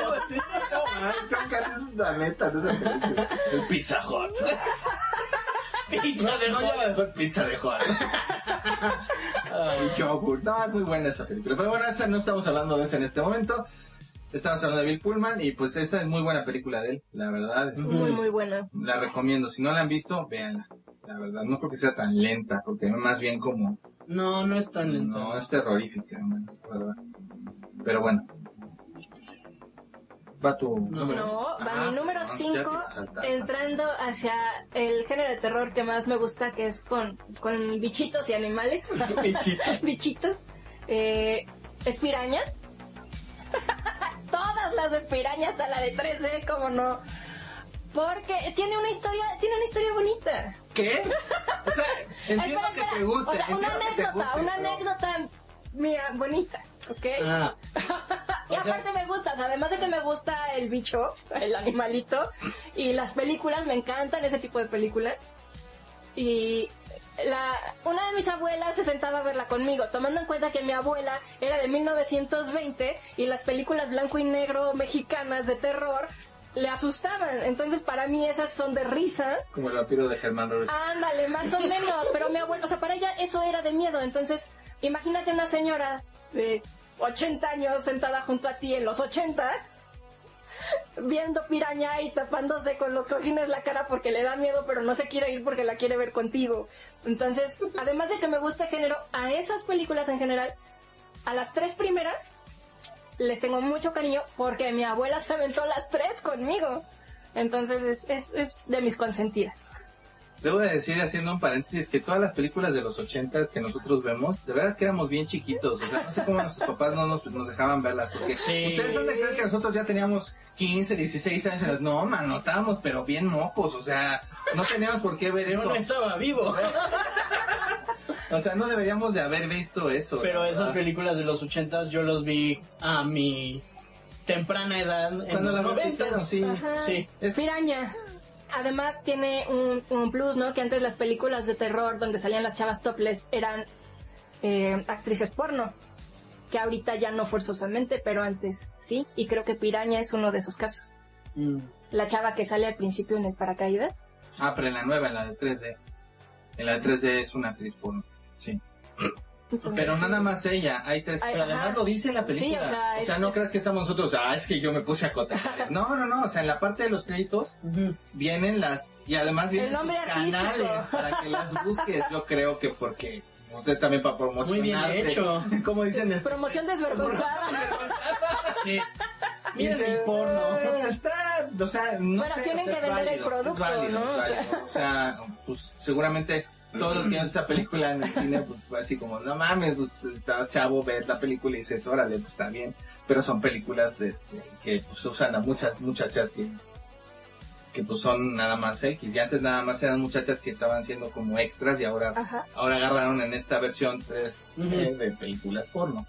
Speaker 2: El Pizza Hut.
Speaker 3: Pizza de
Speaker 2: No,
Speaker 3: Hot.
Speaker 2: ya después Pizza de Hot.
Speaker 3: Ah,
Speaker 2: Y yogurt. No, es muy buena esa película. Pero bueno, esa no estamos hablando de esa en este momento. Estamos hablando de Bill Pullman y pues esta es muy buena película de él, la verdad. es-
Speaker 4: Muy, muy buena.
Speaker 2: La recomiendo. Si no la han visto, véanla. La verdad, no creo que sea tan lenta, porque más bien como...
Speaker 3: No, no es tan lento.
Speaker 2: No, es terrorífica, hermano, la verdad. Pero bueno. Va tu número.
Speaker 4: No, va
Speaker 2: Ah,
Speaker 4: mi número
Speaker 2: perdón, ya te
Speaker 4: 5,
Speaker 2: iba a saltar.
Speaker 4: entrando hacia el género de terror que más me gusta, que es con, con bichitos y animales.
Speaker 2: Bichitos.
Speaker 4: bichitos. Eh, es piraña. Todas las de piraña, hasta la de 13, como no. Porque tiene una historia, tiene una historia bonita.
Speaker 2: ¿Qué? O sea, entiendo
Speaker 4: Espera,
Speaker 2: que
Speaker 4: espera.
Speaker 2: te guste.
Speaker 4: O sea, una
Speaker 2: entiendo que te
Speaker 4: anécdota,
Speaker 2: guste,
Speaker 4: una
Speaker 2: pero-
Speaker 4: anécdota mía, bonita, ¿ok?
Speaker 3: Ah,
Speaker 4: y
Speaker 3: o sea-
Speaker 4: aparte me gustas, además de que me gusta el bicho, el animalito, y las películas, me encantan ese tipo de películas. Y la, una de mis abuelas se sentaba a verla conmigo, tomando en cuenta que mi abuela era de 1920 y las películas blanco y negro mexicanas de terror le asustaban. Entonces para mí esas son de risa.
Speaker 2: Como el vampiro de Germán
Speaker 4: Ah.
Speaker 2: Robles.
Speaker 4: Ándale, más o menos, pero mi abuelo, o sea, para ella eso era de miedo, entonces imagínate una señora de 80 años sentada junto a ti en los 80 viendo piraña y tapándose con los cojines la cara porque le da miedo, pero no se quiere ir porque la quiere ver contigo. Entonces, además de que me gusta el género, a esas películas en general, a las tres primeras, les tengo mucho cariño porque mi abuela se aventó las tres conmigo. Entonces, es, es, es de mis consentidas.
Speaker 2: Debo de decir, haciendo un paréntesis, que todas las películas de los ochentas que nosotros vemos, de verdad es que éramos bien chiquitos. O sea, no sé cómo nuestros papás no nos, nos dejaban verlas. Porque
Speaker 3: Sí.
Speaker 2: ustedes son de creer que nosotros ya teníamos 15, 16 años. en las- No, mano, estábamos pero bien mocos. O sea, no teníamos por qué ver
Speaker 3: yo
Speaker 2: eso.
Speaker 3: no estaba vivo.
Speaker 2: O sea, no deberíamos de haber visto eso.
Speaker 3: Pero
Speaker 2: la
Speaker 3: esas
Speaker 2: verdad.
Speaker 3: películas de los ochentas yo los vi a mi temprana edad en
Speaker 2: Cuando
Speaker 3: los
Speaker 2: las
Speaker 3: noventas.
Speaker 2: repitieron, sí.
Speaker 4: Ajá.
Speaker 3: Sí.
Speaker 2: Es-
Speaker 4: Piraña. Además tiene un, un plus, ¿no? Que antes las películas de terror donde salían las chavas topless eran eh, actrices porno. Que ahorita ya no forzosamente, pero antes sí. Y creo que Piraña es uno de esos casos.
Speaker 3: Mm.
Speaker 4: La chava que sale al principio en el paracaídas.
Speaker 2: Ah, pero en la nueva, en la de 3D. En la de 3D es una actriz porno. Sí.
Speaker 4: Entonces,
Speaker 2: Pero nada más ella, hay tres.
Speaker 4: Ay,
Speaker 2: pero
Speaker 4: ajá.
Speaker 2: además lo dice en la película.
Speaker 4: Sí, o sea, es-
Speaker 2: no
Speaker 4: es-
Speaker 2: creas que estamos nosotros, ah, es que yo me puse a cotejar. No, no, no, o sea, en la parte de los créditos
Speaker 3: Ujú.
Speaker 2: vienen las. Y además vienen
Speaker 4: El nombre
Speaker 2: sus
Speaker 4: artístico.
Speaker 2: canales para que las busques. Yo creo que porque. Ustedes también para
Speaker 3: Muy bien
Speaker 2: promocionarte.
Speaker 3: hecho.
Speaker 2: Como dicen este.
Speaker 4: Promoción desvergonzada.
Speaker 3: Sí. Miren
Speaker 2: Dice,
Speaker 3: mi porno.
Speaker 2: "Ah, Está, o sea, no
Speaker 4: Bueno,
Speaker 2: sé,
Speaker 4: tienen
Speaker 2: o sea,
Speaker 4: que
Speaker 2: es
Speaker 4: vender el
Speaker 2: válido,
Speaker 4: producto,
Speaker 2: es válido,
Speaker 4: ¿no?
Speaker 2: es válido. O sea, pues seguramente todos los que vieron esa película en el cine, pues fue así como, no mames, pues estás chavo, ves la película y dices, órale, pues está bien. Pero son películas de, este, que pues, usan a muchas muchachas que, que pues son nada más X. Y antes nada más eran muchachas que estaban siendo como extras y ahora,
Speaker 4: Ajá.
Speaker 2: ahora agarraron en esta versión 3
Speaker 3: Ujú.
Speaker 2: de películas porno.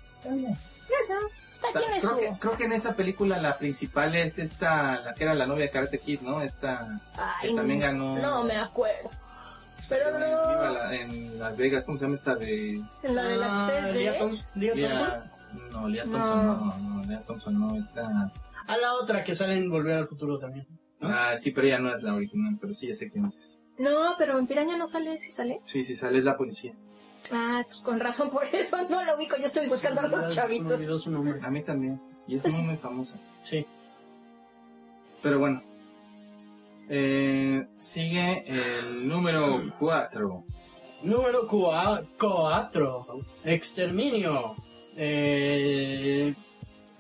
Speaker 4: Ya tiene
Speaker 2: creo,
Speaker 4: su...
Speaker 2: que, creo que en esa película la principal es esta, la que era la novia de Karate Kid, ¿no? Esta
Speaker 4: Ay,
Speaker 2: que también ganó-
Speaker 4: No me acuerdo.
Speaker 2: en,
Speaker 4: Pero
Speaker 2: Viva
Speaker 4: no...
Speaker 2: la- en Las Vegas, ¿cómo se llama esta de
Speaker 4: En la de
Speaker 3: Ah,
Speaker 4: las tres
Speaker 3: Lia
Speaker 4: D.
Speaker 3: Thompson- Lia Thompson.
Speaker 2: Lea- no, Lea Thompson no,
Speaker 4: No.
Speaker 2: no, Lea Thompson no está.
Speaker 3: A la otra que sale en Volver al Futuro también.
Speaker 2: Ah, sí, pero ella no es la original, pero sí, ya sé quién es.
Speaker 4: No, pero en Piraña no sale, si sale.
Speaker 2: Sí, sí, sale es la policía.
Speaker 4: Ah, pues con razón, por eso no lo ubico. Yo estoy buscando a
Speaker 3: Se me
Speaker 4: los
Speaker 3: olvidó- se me
Speaker 4: chavitos.
Speaker 3: olvidó su nombre.
Speaker 2: A mí también. Y
Speaker 4: Pues
Speaker 2: es muy, muy famosa.
Speaker 3: Sí.
Speaker 2: Pero bueno. Eh, sigue el número 4.
Speaker 3: Número 4. Exterminio. Eh,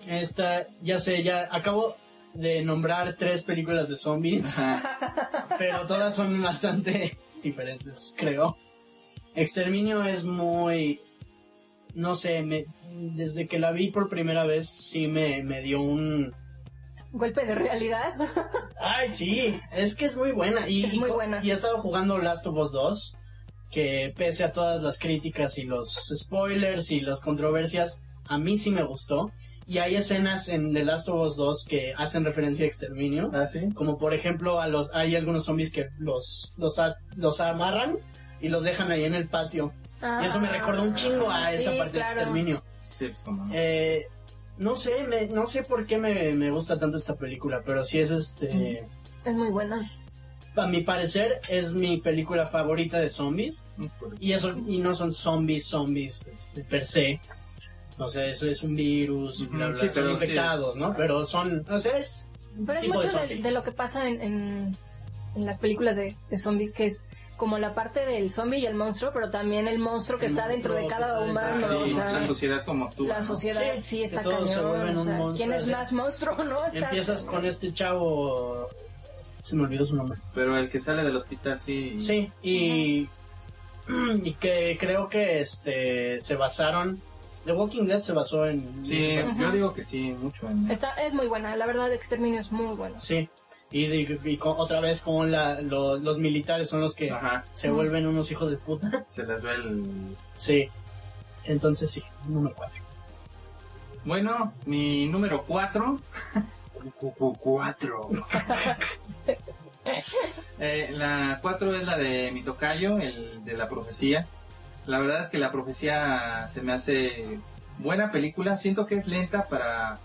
Speaker 3: esta, ya sé, ya acabo de nombrar tres películas de zombies,
Speaker 2: ¿Ah,
Speaker 3: pero todas son bastante diferentes, creo. Exterminio es muy... No sé, me- desde que la vi por primera vez sí me, me dio un...
Speaker 4: Golpe de realidad.
Speaker 3: Ay, sí, es que es muy buena. Y,
Speaker 4: Es
Speaker 3: y
Speaker 4: muy
Speaker 3: co-
Speaker 4: buena.
Speaker 3: Y he estado jugando Last of Us 2, que pese a todas las críticas y los spoilers y las controversias, a mí sí me gustó. Y hay escenas en The Last of Us 2 que hacen referencia a exterminio.
Speaker 2: ¿Ah, sí?
Speaker 3: Como por ejemplo, a los, hay algunos zombies que los, los, a- los amarran y los dejan ahí en el patio. Y eso me recordó un chingo a esa
Speaker 4: Ah, Sí,
Speaker 3: parte
Speaker 4: claro.
Speaker 3: de exterminio.
Speaker 2: Sí, pues como no.
Speaker 3: Eh, no sé, me- no sé por qué me, me gusta tanto esta película, pero sí es este...
Speaker 4: Es muy buena.
Speaker 3: A mi parecer es mi película favorita de zombies y eso y no son zombies zombies este, per se. O sea, eso es un virus, y bla,
Speaker 2: Ujú,
Speaker 3: bla,
Speaker 2: sí,
Speaker 3: son
Speaker 2: pero sí.
Speaker 3: infectados, ¿no? Pero son, o sea, es
Speaker 4: Pero es
Speaker 3: tipo de
Speaker 4: mucho de,
Speaker 3: zombie.
Speaker 4: de lo que pasa en, en, en las películas de, de zombies, que es como la parte del zombie y el monstruo, pero también el monstruo que
Speaker 3: El
Speaker 4: está dentro de
Speaker 3: monstruo que
Speaker 4: cada
Speaker 3: está dentro. Ah,
Speaker 4: humano.
Speaker 2: Sí,
Speaker 4: o sea,
Speaker 2: la sociedad como tú.
Speaker 4: la sociedad
Speaker 3: Sí,
Speaker 4: sí,
Speaker 3: que
Speaker 4: está
Speaker 3: todos se vuelven
Speaker 4: cañón. o
Speaker 3: un
Speaker 4: sea,
Speaker 3: monstruo,
Speaker 4: ¿Quién es
Speaker 3: así.
Speaker 4: más monstruo, no? Está
Speaker 3: empiezas con este chavo se me olvidó su nombre.
Speaker 2: Pero el que sale del hospital, sí.
Speaker 3: Sí, y, y que creo que este se basaron The Walking Dead se basó en
Speaker 2: Sí,
Speaker 4: Ujú.
Speaker 2: yo digo que sí, mucho. En...
Speaker 4: Está, es muy buena, la verdad, Exterminio es muy buena.
Speaker 3: Sí. Y, de- y co- otra vez como la, lo- los militares son los que
Speaker 2: Ajá,
Speaker 3: se vuelven unos hijos de puta.
Speaker 2: se les ve el...
Speaker 3: Sí. Entonces sí, número 4.
Speaker 2: Bueno, mi número 4. 4. Eh, la 4 es la de mi tocayo, el de la profecía. La verdad es que la profecía se me hace buena película. Siento que es lenta para,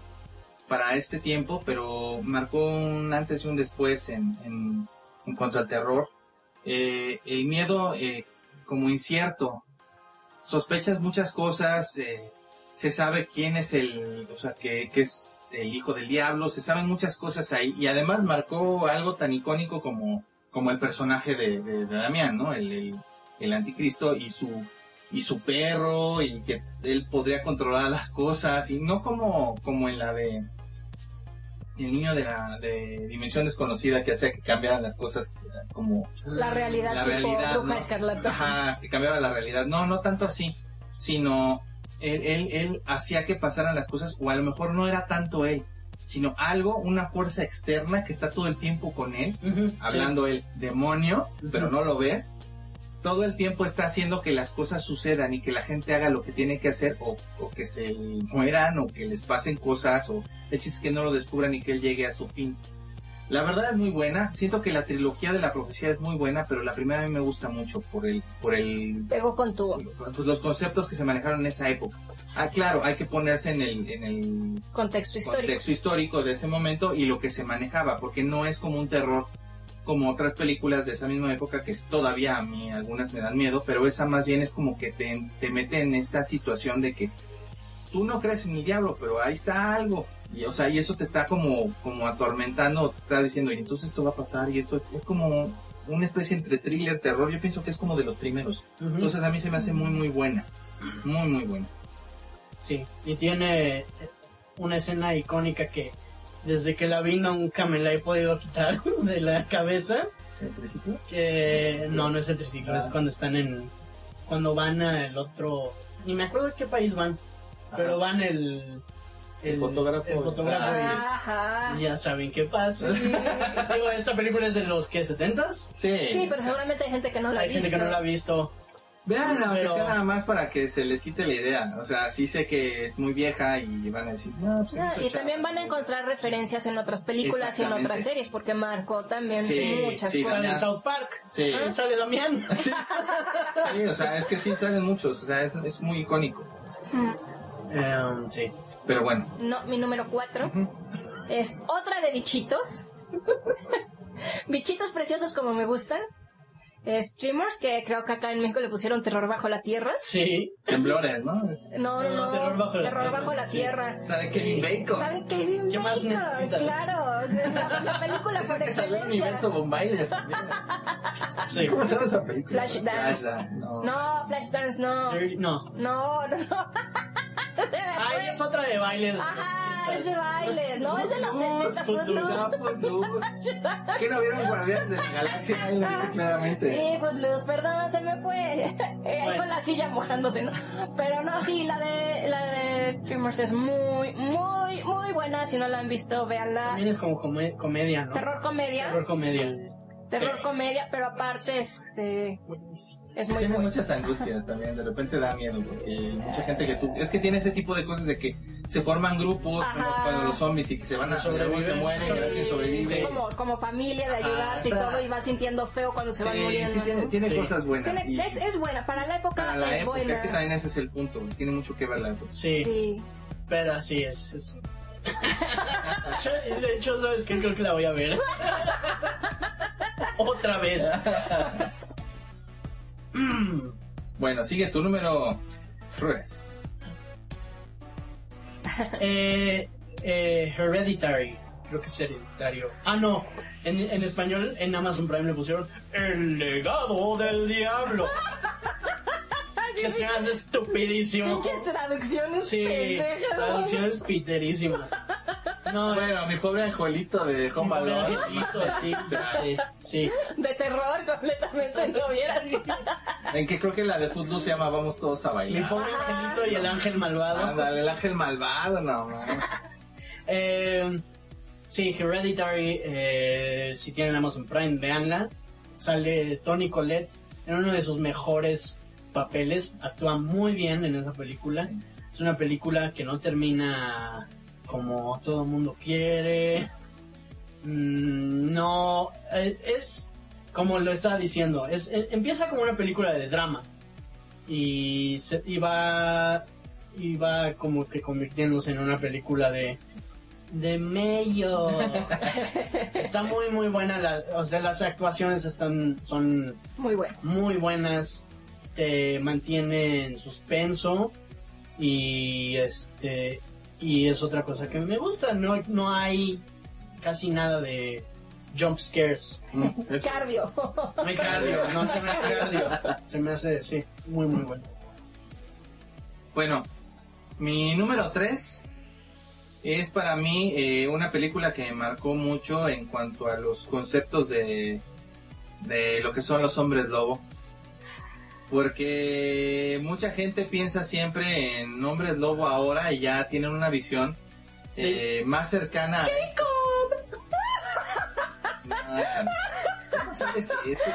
Speaker 2: para este tiempo, pero marcó un antes y un después en, en, en cuanto al terror. Eh, el miedo eh, como incierto. Sospechas muchas cosas. eh, se sabe quién es el, o sea, que, que es el hijo del diablo, se saben muchas cosas ahí, y además marcó algo tan icónico como, como el personaje de, de, de Damián, ¿no? El, el, el anticristo y su, y su perro, y que él podría controlar las cosas, y no como, como en la de, el niño de la, de Dimensión Desconocida que hacía que cambiaran las cosas eh, como
Speaker 3: Mm,
Speaker 4: La realidad,
Speaker 2: La
Speaker 4: tipo
Speaker 2: realidad,
Speaker 4: Bruja
Speaker 2: ¿no?
Speaker 4: Escarlata.
Speaker 2: Ajá, que cambiaba la realidad. No, no tanto así, sino él, él, él hacía que pasaran las cosas, o a lo mejor no era tanto él, sino algo, una fuerza externa que está todo el tiempo con él, hablando el demonio, pero no lo ves. Todo el tiempo está haciendo que las cosas sucedan y que la gente haga lo que tiene que hacer, o, o que se mueran, o que les pasen cosas, o el chiste es que no lo descubran y que él llegue a su fin. La verdad es muy buena. Siento que la trilogía de la profecía es muy buena, pero la primera a mí me gusta mucho por el, por el,
Speaker 4: Pegó con tu,
Speaker 2: pues, los conceptos que se manejaron en esa época. Ah, claro, hay que ponerse en el, en el
Speaker 4: contexto histórico.
Speaker 2: contexto histórico de ese momento y lo que se manejaba, porque no es como un terror como otras películas de esa misma época que es- todavía a mí algunas me dan miedo, pero esa más bien es como que te, te mete en esa situación de que tú no crees en el diablo, pero ahí está algo. Y, o sea, y eso te está como, como atormentando, te está diciendo, y entonces esto va a pasar, y esto es, es como una especie entre thriller, terror, yo pienso que es como de los primeros.
Speaker 3: Ujú.
Speaker 2: Entonces a mí se me hace muy, muy buena. Muy, muy buena.
Speaker 3: Sí, y tiene eh, una escena icónica que desde que la vi nunca me la he podido quitar de la cabeza,
Speaker 5: ¿El principio?
Speaker 3: Que no, no es el triciclo,
Speaker 2: Ah.
Speaker 3: es cuando están en. Cuando van al otro. Ni me acuerdo de qué país van, pero van el.
Speaker 5: El fotógrafo.
Speaker 3: el fotógrafo,
Speaker 5: Ah,
Speaker 4: Ajá.
Speaker 3: y Ya saben qué pasa. Digo, esta película es de los que 70s.
Speaker 2: Sí.
Speaker 4: Sí, pero seguramente hay gente que no lo ha
Speaker 3: Hay gente
Speaker 4: visto.
Speaker 3: que no la ha visto.
Speaker 2: Vean, aunque
Speaker 3: Pero-
Speaker 2: sea nada más para que se les quite la idea. O sea, sí sé que es muy vieja y van a decir, no, pues
Speaker 4: Ah,
Speaker 2: esa
Speaker 4: y
Speaker 2: chava".
Speaker 4: también van a encontrar referencias en otras películas y en
Speaker 2: Exactamente.
Speaker 4: otras series, porque marcó también
Speaker 2: Sí,
Speaker 4: muchas
Speaker 2: sí,
Speaker 4: cosas.
Speaker 3: Sale en
Speaker 2: Damián.
Speaker 3: South Park.
Speaker 2: Sí.
Speaker 3: Ah, Sale Damián.
Speaker 2: Sí. Sí, o sea, es que sí salen muchos. O sea, es, es muy icónico.
Speaker 3: Em, sí.
Speaker 2: Pero bueno.
Speaker 4: No, mi número cuatro es otra de bichitos. bichitos preciosos como me gustan. Streamers, que creo que acá en México le pusieron terror bajo la tierra.
Speaker 3: Sí.
Speaker 2: Temblores, ¿no? Es-
Speaker 4: No, no, no.
Speaker 3: Terror bajo la tierra,
Speaker 4: bajo la
Speaker 3: sí.
Speaker 4: tierra.
Speaker 2: Sale Kevin Bacon.
Speaker 4: ¿Saben qué es un
Speaker 3: ¿Qué más
Speaker 4: Bacon?
Speaker 3: necesitan?
Speaker 4: Claro, la, la película
Speaker 2: Esa
Speaker 4: por
Speaker 2: que sale en Universo
Speaker 4: excelencia.
Speaker 2: Bombailes también.
Speaker 3: Sí.
Speaker 5: ¿Cómo se llama esa película?
Speaker 4: Flashdance.
Speaker 2: Flashdance, no.
Speaker 4: No, Flashdance no.
Speaker 3: Dirty- No.
Speaker 4: No, no, no. Se me
Speaker 3: Ah,
Speaker 4: fue.
Speaker 3: ella es otra de baile.
Speaker 4: Ajá, es de baile. No, es de los 70 Footloose.
Speaker 2: No, pues, no. ¿Qué no vieron Guardianes de la Galaxia? Ahí lo dice claramente.
Speaker 4: Sí, Footloose, perdón, se me fue. Eh,
Speaker 3: Este. Bueno.
Speaker 4: Con la silla mojándose, ¿no? Pero no, sí, la de, la de Dreamers es muy, muy, muy buena. Si no la han visto, véanla.
Speaker 3: También es como come- comedia, ¿no?
Speaker 4: Terror comedia.
Speaker 3: Terror comedia.
Speaker 4: Terror
Speaker 3: Sí.
Speaker 4: comedia, pero aparte, este,
Speaker 3: Buenísimo.
Speaker 4: es muy
Speaker 2: tiene
Speaker 4: bueno. Ah.
Speaker 2: muchas angustias también, de repente da miedo, porque mucha gente que tú... Es que tiene ese tipo de cosas de que se forman grupos,
Speaker 4: Ajá.
Speaker 2: como cuando los zombies y que se van a
Speaker 3: Sobreviven.
Speaker 2: luego se mueren,
Speaker 3: Sí.
Speaker 2: alguien sobrevive.
Speaker 4: Es como, como familia de
Speaker 2: Ajá,
Speaker 4: ayudarte y
Speaker 2: está-
Speaker 4: todo, y vas sintiendo feo cuando se van
Speaker 2: Sí,
Speaker 4: muriendo.
Speaker 2: sí, tiene,
Speaker 4: ¿no?
Speaker 2: tiene
Speaker 3: Ah, Sí.
Speaker 2: cosas buenas.
Speaker 4: Tiene-
Speaker 2: y
Speaker 4: es, es buena, para la época
Speaker 2: para la
Speaker 4: es
Speaker 2: época,
Speaker 4: buena.
Speaker 2: es que también ese es el punto, tiene mucho que ver la época.
Speaker 3: Sí,
Speaker 4: Sí.
Speaker 3: pero así es. es- Yo- de hecho, ¿sabes qué? Creo que la voy a ver. Otra vez. Mm,
Speaker 2: Bueno, sigue tu número 3.
Speaker 3: eh, eh, Hereditary. Creo que es hereditario. Ah, no. En, en español, en Amazon Prime le pusieron El legado del diablo. que se me hace estupidísimo.
Speaker 4: Pinches traducciones
Speaker 3: Sí,
Speaker 4: pendejas. ¿no?
Speaker 3: traducciones piterísimas. No,
Speaker 2: Bueno, mi pobre angelito de Home Alone.
Speaker 3: sí, sí, sí.
Speaker 4: De terror completamente, no vieras.
Speaker 2: En que creo que la de Footloose se llama Vamos Todos a
Speaker 3: Mi
Speaker 2: Bailar.
Speaker 3: pobre angelito y el ángel malvado.
Speaker 2: Ándale, el ángel malvado, no, man.
Speaker 3: Eh, sí, Hereditary, eh, si tienen Amazon Prime, veanla. Sale Tony Collette en uno de sus mejores papeles. Actúa muy bien en esa película. Es una película que no termina como todo el mundo quiere. Mm, no, eh, es como lo estaba diciendo. Es, eh, empieza como una película de drama. Y, se, y va y va como que convirtiéndose en una película de de medio está muy muy buena la, o sea las actuaciones están son
Speaker 4: Muy buenos.
Speaker 3: muy buenas te mantiene en suspenso y este y es otra cosa que me gusta no no hay casi nada de jump scares
Speaker 2: Eso.
Speaker 4: Cardio.
Speaker 3: no hay cardio no tiene cardio se me hace sí muy muy bueno
Speaker 2: Bueno, mi número 3 es para mí eh, una película que me marcó mucho en cuanto a los conceptos de, de lo que son los hombres lobo. Porque mucha gente piensa siempre en hombres lobo ahora y ya tienen una visión eh, más cercana a... No, esa no. ¿Cómo sabes eso?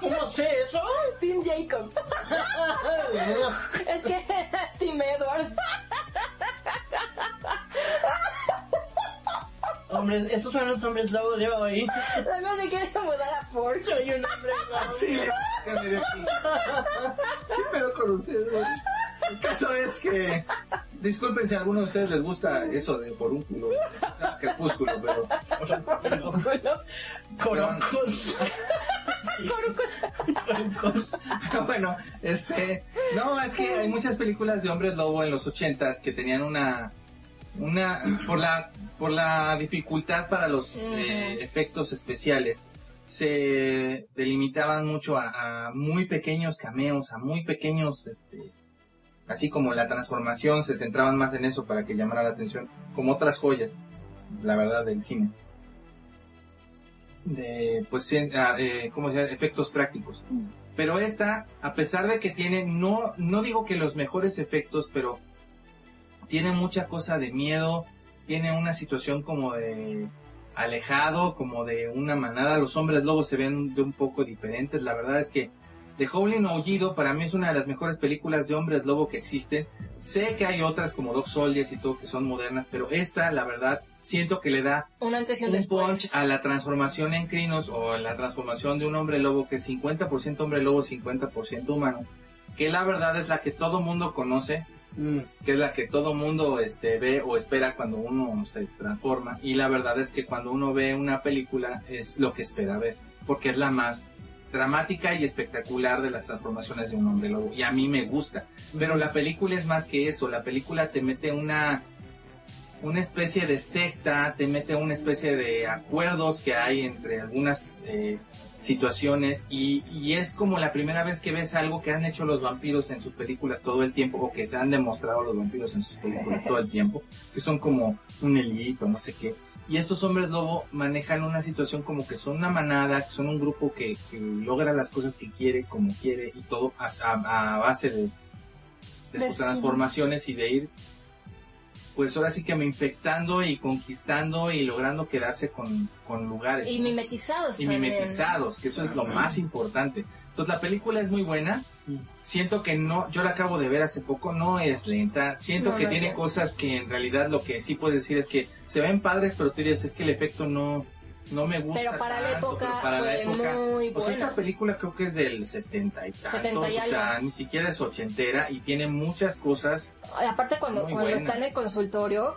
Speaker 3: cómo sé eso
Speaker 4: Tim Jacob. Es que era Tim Edward.
Speaker 3: Hombres, estos son los hombres lobo de hoy.
Speaker 4: Además se quiere mudar a Ford.
Speaker 3: Soy un hombre lobo.
Speaker 5: Sí,
Speaker 2: Ya me dio aquí. ¿Qué pedo con ustedes? güey? El caso es que. Disculpen si a alguno de ustedes les gusta eso de forúnculo, crepúsculo, pero.
Speaker 3: Coroncos. Sí. Coroncos.
Speaker 2: pero bueno, este. No, es que hay muchas películas de hombres lobo en los ochentas que tenían una. Una. Por la, por la dificultad para los eh, efectos especiales, se delimitaban mucho a, a muy pequeños cameos, a muy pequeños, este, así como la transformación, se centraban más en eso para que llamara la atención, como otras joyas, la verdad, del cine. de pues, cien- ah, eh, ¿cómo se llama? efectos prácticos. Pero esta, a pesar de que tiene, no, no digo que los mejores efectos, pero tiene mucha cosa de miedo, tiene una situación como de alejado, como de una manada. Los hombres lobos se ven de un poco diferentes. La verdad es que The Howling Aullido para mí es una de las mejores películas de hombres lobo que existen. Sé que hay otras como Dog Soldiers y todo que son modernas, pero esta, la verdad, siento que le da
Speaker 4: Un antes y un
Speaker 2: un punch
Speaker 4: después.
Speaker 2: a la transformación en crinos o a la transformación de un hombre lobo que es 50% hombre lobo, 50% humano. Que la verdad es la que todo mundo conoce,
Speaker 3: Mm.
Speaker 2: que es la que todo mundo este, ve o espera cuando uno se transforma. Y la verdad es que cuando uno ve una película es lo que espera ver, porque es la más dramática y espectacular de las transformaciones de un hombre lobo. Y a mí me gusta. Pero la película es más que eso. La película te mete una una especie de secta, te mete una especie de acuerdos que hay entre algunas eh, situaciones y, y es como la primera vez que ves algo que han hecho los vampiros en sus películas todo el tiempo o que se han demostrado los vampiros en sus películas todo el tiempo, que son como un elito, no sé qué. Y estos hombres lobo manejan una situación como que son una manada, que son un grupo que, que logra las cosas que quiere, como quiere y todo a, a- a base de, de
Speaker 4: De
Speaker 2: sus
Speaker 4: sí.
Speaker 2: transformaciones y de ir pues ahora sí que me infectando y conquistando y logrando quedarse con, con lugares.
Speaker 4: Y
Speaker 2: ¿no?
Speaker 4: mimetizados.
Speaker 2: y
Speaker 4: también.
Speaker 2: mimetizados, que eso es lo más importante. Entonces la película es muy buena.
Speaker 3: Mm.
Speaker 2: Siento que no, yo la acabo de ver hace poco, no es lenta. Siento
Speaker 4: No,
Speaker 2: que
Speaker 4: no es
Speaker 2: tiene
Speaker 4: lenta.
Speaker 2: cosas que en realidad lo que sí puedes decir es que se ven padres, pero tú dirías es que el efecto no, no me gusta.
Speaker 4: Pero para la
Speaker 2: tanto",
Speaker 4: época
Speaker 2: pero para la
Speaker 4: fue
Speaker 2: época-
Speaker 4: muy
Speaker 2: pues
Speaker 4: buena.
Speaker 2: esta película creo que es del 70 y tantos,
Speaker 4: 70 y
Speaker 2: o sea, ni siquiera es ochentera y tiene muchas cosas
Speaker 4: Ay, Aparte cuando,
Speaker 2: Muy
Speaker 4: cuando
Speaker 2: buena.
Speaker 4: está en el consultorio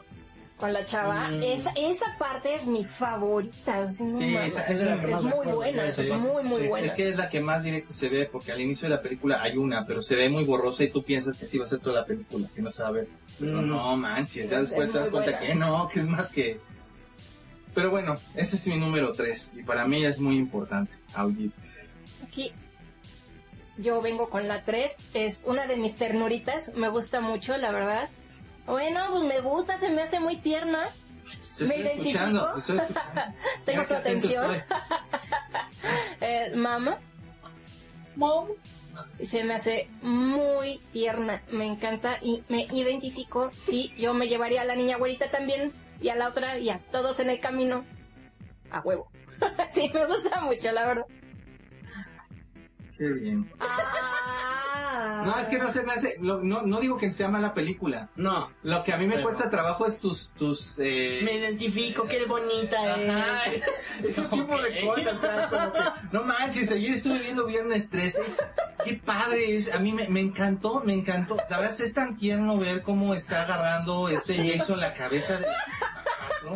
Speaker 4: con la chava,
Speaker 3: Mm.
Speaker 4: esa, esa parte es mi favorita. o sea, no
Speaker 2: Sí,
Speaker 4: mames.
Speaker 2: esa-
Speaker 4: es,
Speaker 2: esa es la que más
Speaker 4: muy
Speaker 3: recuerdo,
Speaker 4: buena,
Speaker 3: sí,
Speaker 4: es
Speaker 3: sí.
Speaker 4: muy, muy
Speaker 3: Sí,
Speaker 4: buena.
Speaker 2: Es que es la que más directo se ve, porque al inicio de la película hay una, pero se ve muy borrosa y tú piensas que sí va a ser toda la película, que no se va a ver. Pero
Speaker 3: Mm.
Speaker 2: no manches, ya
Speaker 4: Es-
Speaker 2: después
Speaker 4: es
Speaker 2: te das
Speaker 4: muy
Speaker 2: cuenta
Speaker 4: buena.
Speaker 2: que no, que es más que... Pero bueno, ese es mi número 3 y para mí es muy importante, Aullido.
Speaker 4: Aquí yo vengo con la 3, es una de mis ternuritas, me gusta mucho, la verdad. Bueno, pues me gusta, se me hace muy tierna,
Speaker 2: Te
Speaker 4: Me
Speaker 2: estoy escuchando,
Speaker 4: identifico.
Speaker 2: te estoy escuchando.
Speaker 4: tengo
Speaker 2: Mira
Speaker 4: tu
Speaker 2: qué atento
Speaker 4: atención.
Speaker 2: estoy.
Speaker 4: Eh, mamá. Mom. Se me hace muy tierna, me encanta y me identifico. Sí, yo me llevaría a la niña güerita también y a la otra y a todos en el camino. A huevo. sí, me gusta mucho, la verdad.
Speaker 2: Qué bien.
Speaker 4: Ah.
Speaker 2: No, es que no se me hace, lo- no, no digo que sea mala película.
Speaker 3: No.
Speaker 2: Lo que a mí me
Speaker 3: Pero-
Speaker 2: cuesta trabajo es tus, tus, eh,
Speaker 3: Me identifico, qué bonita
Speaker 2: Ajá,
Speaker 3: es.
Speaker 2: ese tipo de
Speaker 3: Ok.
Speaker 2: cosas, o sea, como que, no manches, ayer estuve viendo Viernes 13, qué padre es, a mí me, me encantó, me encantó, la verdad es tan tierno ver cómo está agarrando este Jason la cabeza de ¿no?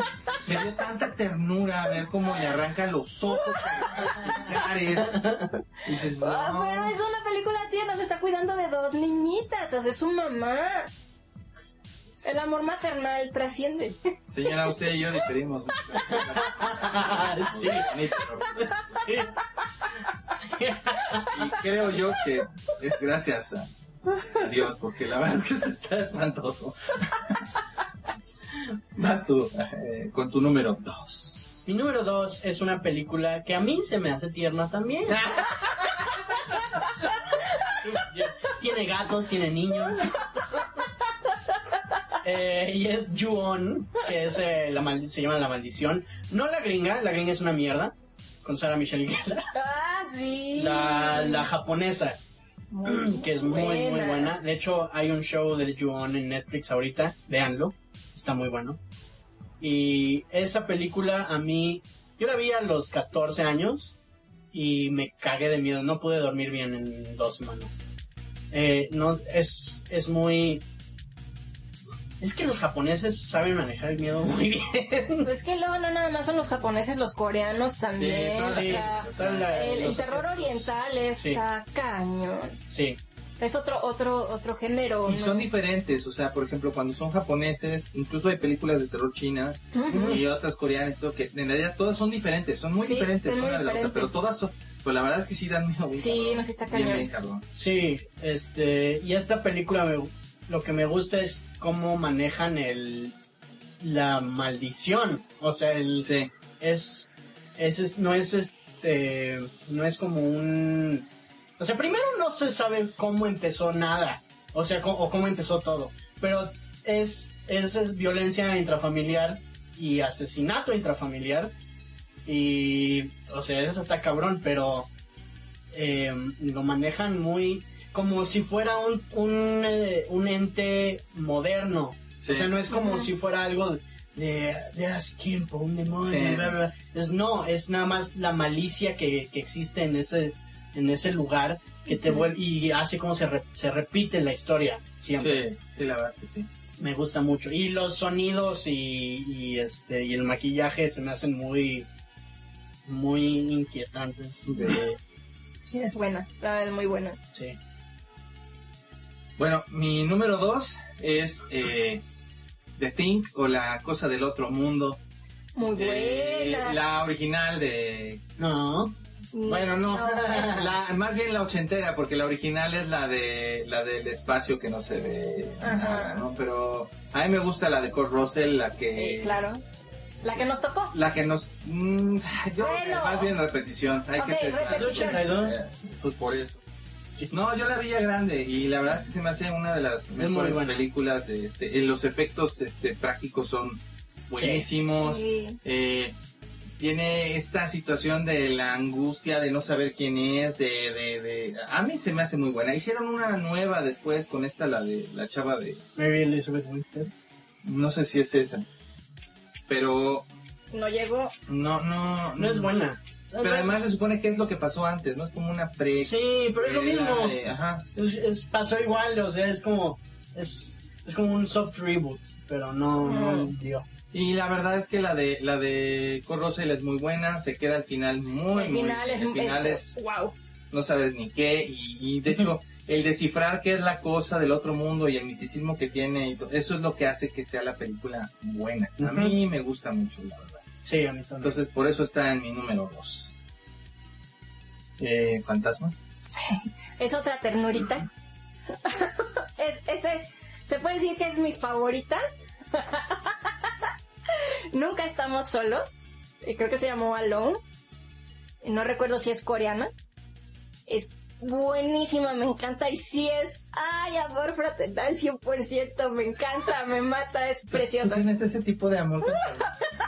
Speaker 2: me dio tanta ternura ver cómo le arranca los ojos, con los pulgares. Y dices,
Speaker 4: Ah,
Speaker 2: "No".
Speaker 4: pero es una película tierna, se está cuidando de dos niñitas, o sea, es su mamá. El amor maternal trasciende.
Speaker 2: Señora, usted y yo diferimos. Ah,
Speaker 3: sí, sí.
Speaker 2: Y creo yo que es gracias a Dios, porque la verdad es que eso está espantoso. Vas tú eh, con tu número 2.
Speaker 3: Mi número dos es una película que a mí se me hace tierna también. tiene gatos, tiene niños. Eh, y es Ju-On, que es, eh, la maldi- se llama La Maldición. No la gringa, la gringa es una mierda. Con Sara Michelle Gellar.
Speaker 4: Ah, sí.
Speaker 3: La, la japonesa, que es muy, muy
Speaker 4: buena.
Speaker 3: buena. De hecho, hay un show del Ju-On en Netflix ahorita. Veanlo, está muy bueno. Y esa película a mí, yo la vi a los 14 años y me cagué de miedo. No pude dormir bien en dos semanas. Eh, no, es, es muy... Es que los japoneses saben manejar el miedo muy bien.
Speaker 4: Pues que luego no nada más son los japoneses, los coreanos también.
Speaker 2: Sí,
Speaker 4: o
Speaker 3: sí,
Speaker 4: sea,
Speaker 3: están la-
Speaker 4: el, el
Speaker 3: los
Speaker 4: terror
Speaker 3: asiáticos.
Speaker 4: oriental está cañón.
Speaker 3: Sí,
Speaker 4: Es otro otro otro género.
Speaker 2: Y
Speaker 4: ¿no?
Speaker 2: son diferentes, o sea, por ejemplo, cuando son japoneses, incluso hay películas de terror chinas
Speaker 4: Ujú.
Speaker 2: y otras coreanas, y todo, que en realidad todas son diferentes, son muy
Speaker 4: Sí,
Speaker 2: diferentes
Speaker 4: son muy
Speaker 2: una de la otra,
Speaker 4: diferentes.
Speaker 2: pero todas son, pues la verdad es que sí dan miedo. bien
Speaker 4: Sí,
Speaker 2: cabrón.
Speaker 4: no, sí está
Speaker 2: Bien,
Speaker 4: cañón.
Speaker 2: bien cabrón.
Speaker 3: sí, este, y esta película me- lo que me gusta es cómo manejan el, la maldición, o sea, el,
Speaker 2: Sí,
Speaker 3: es es, es- no es este, no es como un, o sea, primero no se sabe cómo empezó nada, o sea, co- o cómo empezó todo, pero es, es, es violencia intrafamiliar y asesinato intrafamiliar y, o sea, eso está cabrón, pero eh, lo manejan muy como si fuera un, un, eh, un ente moderno,
Speaker 2: Sí.
Speaker 3: o sea, no es como
Speaker 4: Ajá.
Speaker 3: si fuera algo de, de hace tiempo, un demonio,
Speaker 2: Sí.
Speaker 3: bla, bla, bla. Es, no, es nada más la malicia que, que existe en ese, en ese lugar que te vuelve y hace como se, re- se repite la historia siempre.
Speaker 2: Sí, sí, la verdad es que sí.
Speaker 3: Me gusta mucho. Y los sonidos y, y, este, y el maquillaje se me hacen muy, muy inquietantes. de-
Speaker 4: Es buena, la verdad es muy buena.
Speaker 3: sí.
Speaker 2: Bueno, mi número dos es eh, The Thing o La Cosa del Otro Mundo.
Speaker 4: Muy buena.
Speaker 2: Eh, la original de...
Speaker 3: No,
Speaker 2: Bueno, no.
Speaker 4: es-
Speaker 2: La, más bien la ochentera, porque la original es la de la del espacio que no se ve
Speaker 4: Ajá.
Speaker 2: nada, ¿no? Pero a mí me gusta la de Kurt Russell, la que...
Speaker 4: Eh, claro. La que nos tocó.
Speaker 2: La que nos... mm, yo creo que
Speaker 4: Bueno.
Speaker 2: más bien repetición. Hay
Speaker 4: Ok,
Speaker 2: que ser...
Speaker 3: es de
Speaker 4: repetición.
Speaker 3: 82.
Speaker 2: Eh, Pues por eso.
Speaker 3: Sí.
Speaker 2: No, yo la vi ya grande y la verdad es que se me hace una de las
Speaker 3: muy
Speaker 2: mejores
Speaker 3: buena.
Speaker 2: películas. Este, eh, los efectos este, prácticos son buenísimos.
Speaker 4: Sí.
Speaker 2: Eh, tiene esta situación de la angustia de no saber quién es, de, de, de... A mí se me hace muy buena. Hicieron una nueva después con esta, la de la chava de...
Speaker 3: Mary Elizabeth Winstead.
Speaker 2: No sé si es esa. Pero
Speaker 4: No llegó.
Speaker 2: no, no...
Speaker 3: No es buena.
Speaker 2: Pero además se supone que es lo que pasó antes, ¿no? Es como una pre...
Speaker 3: Sí, pero es lo
Speaker 2: pre-
Speaker 3: mismo.
Speaker 2: eh, Ajá.
Speaker 3: Es, es- pasó igual, o sea, es como es, es como un soft reboot, pero no, no
Speaker 4: Mm.
Speaker 3: dio.
Speaker 2: Y la verdad es que la de la de Kurt Russell es muy buena, se queda al final muy
Speaker 4: el
Speaker 2: muy-
Speaker 4: final es,
Speaker 2: el final
Speaker 4: es-
Speaker 2: es-
Speaker 4: Wow.
Speaker 2: no sabes ni qué y, y de hecho el descifrar qué es la cosa del otro mundo y el misticismo que tiene y to- eso es lo que hace que sea la película buena. A
Speaker 3: Ujú.
Speaker 2: mí me gusta mucho la verdad.
Speaker 3: Sí, a mí también.
Speaker 2: Entonces por eso está en mi número 2. Eh, fantasma.
Speaker 4: Es otra ternurita. Es- esa es. Se puede decir que es mi favorita. Nunca estamos solos. Eh, Creo que se llamó Alone. No recuerdo si es coreana. Es buenísima, me encanta. Y si es. ¡Ay, amor fraternal 100%! Me encanta, me mata, es
Speaker 2: Tú
Speaker 4: preciosa.
Speaker 2: Tienes ese tipo de amor.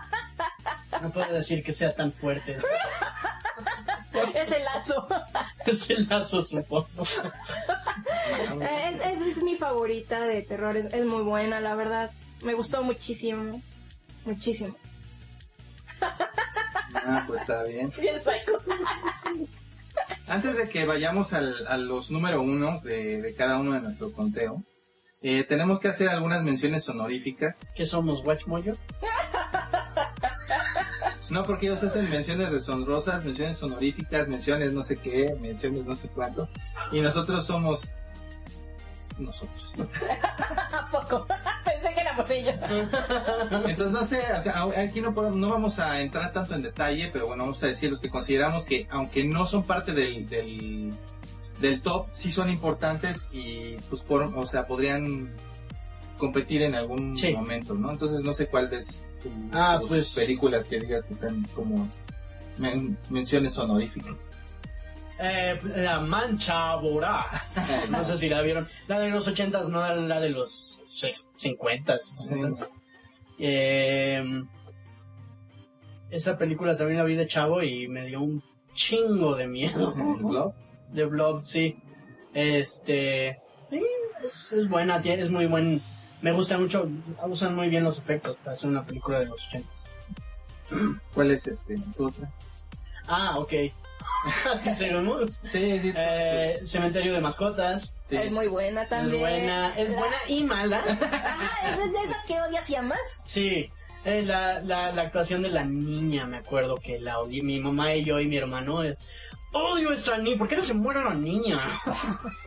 Speaker 3: no puedo decir que sea tan fuerte eso.
Speaker 4: Es el lazo.
Speaker 3: es el lazo, supongo.
Speaker 4: Eh, Es, es, es mi favorita de terror, es, es muy buena, la verdad. Me gustó muchísimo. Muchísimo.
Speaker 2: ah, pues está bien.
Speaker 4: Bien psycho.
Speaker 2: Antes de que vayamos al- a los número uno de, de cada uno de nuestro conteo, eh, tenemos que hacer algunas menciones honoríficas.
Speaker 3: ¿Qué somos, Watch Mojo?
Speaker 2: No, porque ellos hacen menciones deshonrosas, menciones honoríficas, menciones no sé qué, menciones no sé cuánto. Y nosotros somos nosotros.
Speaker 4: ¿A poco? Pensé que éramos ellos.
Speaker 2: Entonces, no sé, acá- aquí no, podemos- no vamos a entrar tanto en detalle, pero bueno, vamos a decir los que consideramos que, aunque no son parte del, del, del top, sí son importantes y, pues, form- o sea, podrían competir en algún
Speaker 3: Sí.
Speaker 2: momento, ¿no? Entonces, no sé cuál es tu-
Speaker 3: Ah,
Speaker 2: tus
Speaker 3: pues-
Speaker 2: películas que digas que están como men- menciones honoríficas.
Speaker 3: Eh, la mancha voraz. No sé si la vieron. La de los ochentas, no la de los sex- cincuentas, sesentas. Eh, esa película también la vi de chavo y me dio un chingo de miedo.
Speaker 2: El blog.
Speaker 3: de Blob, sí. Este. sí, Es, es buena, tiene- es muy buen. Me gusta mucho, usan muy bien los efectos para hacer una película de los ochentas.
Speaker 2: ¿Cuál es este? ¿Tu otra?
Speaker 3: Ah, ok. sí, seguimos.
Speaker 2: Sí, sí.
Speaker 3: Eh, Cementerio de mascotas.
Speaker 2: sí.
Speaker 4: Es muy buena también.
Speaker 3: Es buena, es
Speaker 4: La-
Speaker 3: buena y mala.
Speaker 4: Ajá, es de esas que odias y amas.
Speaker 3: Sí. Eh, la, la, la actuación de la niña, me acuerdo que la odié. Mi mamá y yo y mi hermano. eh, Odio a esa niña. ¿Por qué no se muere la niña?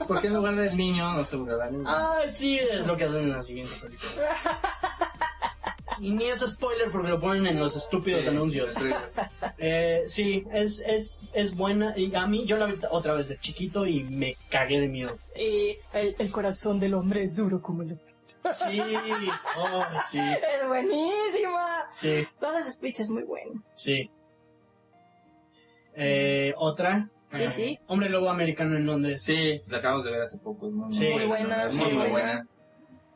Speaker 2: ¿Por qué en lugar del niño no se burlará niño?
Speaker 3: Ah, sí, es lo que hacen en la siguiente película. Y ni es spoiler porque lo ponen en los estúpidos anuncios. Eh, sí, es, es, es buena. Y a mí, yo la vi otra vez de chiquito y me cagué de miedo.
Speaker 4: Y el, corazón del hombre es duro como el...
Speaker 3: Sí, oh, sí,
Speaker 4: Es buenísima.
Speaker 3: sí,
Speaker 4: Todas esas pichas muy buenas.
Speaker 3: sí. Eh, otra,
Speaker 4: Sí, sí.
Speaker 3: Hombre Lobo Americano en Londres.
Speaker 2: Sí, la acabamos de ver hace poco. Es muy,
Speaker 3: Sí. Muy
Speaker 4: buena,
Speaker 2: Es
Speaker 3: muy
Speaker 2: muy, muy
Speaker 4: buena.
Speaker 2: buena.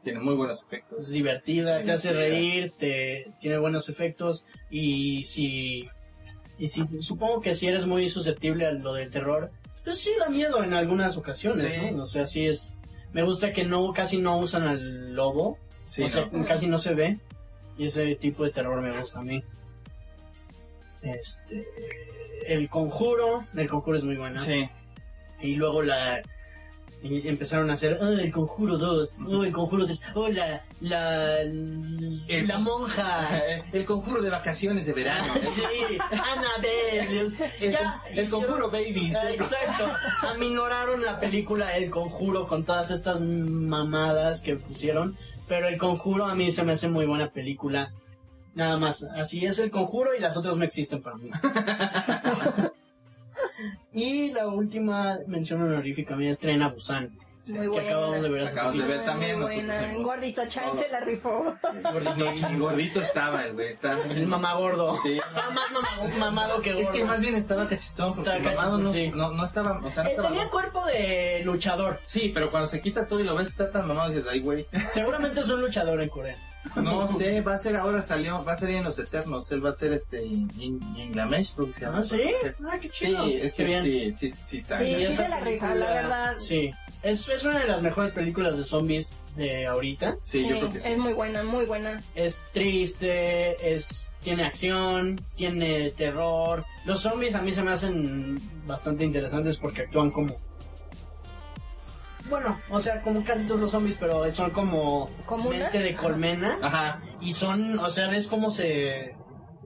Speaker 2: Tiene muy buenos efectos.
Speaker 3: Es pues, divertida, te hace
Speaker 2: Divertida.
Speaker 3: reír, te tiene buenos efectos y si, y si supongo que si eres muy susceptible a lo del terror, pues sí da miedo en algunas ocasiones,
Speaker 2: Sí.
Speaker 3: ¿no? O sea, sí es me gusta que no casi no usan al lobo,
Speaker 2: Sí,
Speaker 3: o sea,
Speaker 2: ¿no?
Speaker 3: casi no se ve y ese tipo de terror me gusta a mí. Este el conjuro, el conjuro es muy buena.
Speaker 2: Sí.
Speaker 3: Y luego la... y empezaron a hacer, oh, el conjuro 2, oh, el conjuro 3, oh, la... la... la monja.
Speaker 2: Ah, El conjuro de vacaciones de verano.
Speaker 3: Sí, Annabelle.
Speaker 2: El,
Speaker 3: Ya,
Speaker 2: con- el conjuro babies.
Speaker 3: Ah, Exacto. Aminoraron la película El Conjuro con todas estas mamadas que pusieron. Pero El Conjuro a mí se me hace muy buena película. Nada más. Así es El Conjuro y las otras no existen para mí. y la última mención honorífica mía es Tren a Busan.
Speaker 4: Muy
Speaker 3: que
Speaker 4: buena.
Speaker 3: acabamos de ver hace
Speaker 2: Acabamos de
Speaker 3: poquito.
Speaker 2: ver también.
Speaker 4: Muy
Speaker 2: nosotros
Speaker 4: buena.
Speaker 2: vimos.
Speaker 4: Gordito Chan se la rifó.
Speaker 2: Gordito, el gordito estaba, el güey. Está...
Speaker 3: El mamá gordo.
Speaker 2: Sí.
Speaker 3: Estaba más mamá- mamado que gordo.
Speaker 2: Es que más bien estaba cachetón, porque
Speaker 3: Estaba
Speaker 2: el mamado
Speaker 3: cachetón,
Speaker 2: no,
Speaker 3: sí.
Speaker 2: no, no estaba, o sea, no
Speaker 3: Eh,
Speaker 2: estaba...
Speaker 3: tenía cuerpo de luchador.
Speaker 2: Sí, pero cuando se quita todo y lo ves está tan mamado, dices, ay, güey.
Speaker 3: Seguramente es un luchador en Corea.
Speaker 2: No sé, va a ser ahora salió, va a salir en Los Eternos, él va a ser este, Inglamesh, creo que se llama.
Speaker 3: Ah, ¿sí? Ah, qué
Speaker 2: Sí,
Speaker 3: chido.
Speaker 2: es que
Speaker 3: Qué bien.
Speaker 2: sí, sí, sí está.
Speaker 4: Sí,
Speaker 3: Y
Speaker 4: sí
Speaker 3: esa
Speaker 4: se la rifó,
Speaker 3: película-
Speaker 4: la verdad.
Speaker 3: Sí. Es, es una de las mejores películas de zombies de ahorita.
Speaker 2: Sí, yo creo que
Speaker 4: Es
Speaker 2: sí.
Speaker 4: muy buena, muy buena.
Speaker 3: Es triste, es tiene acción, tiene terror. Los zombies a mí se me hacen bastante interesantes porque actúan como... Bueno, o sea, como casi todos los zombies, pero son como...
Speaker 4: ¿Comuna?
Speaker 3: Mente de colmena.
Speaker 2: Ajá,
Speaker 3: Y son, o sea, ves cómo se.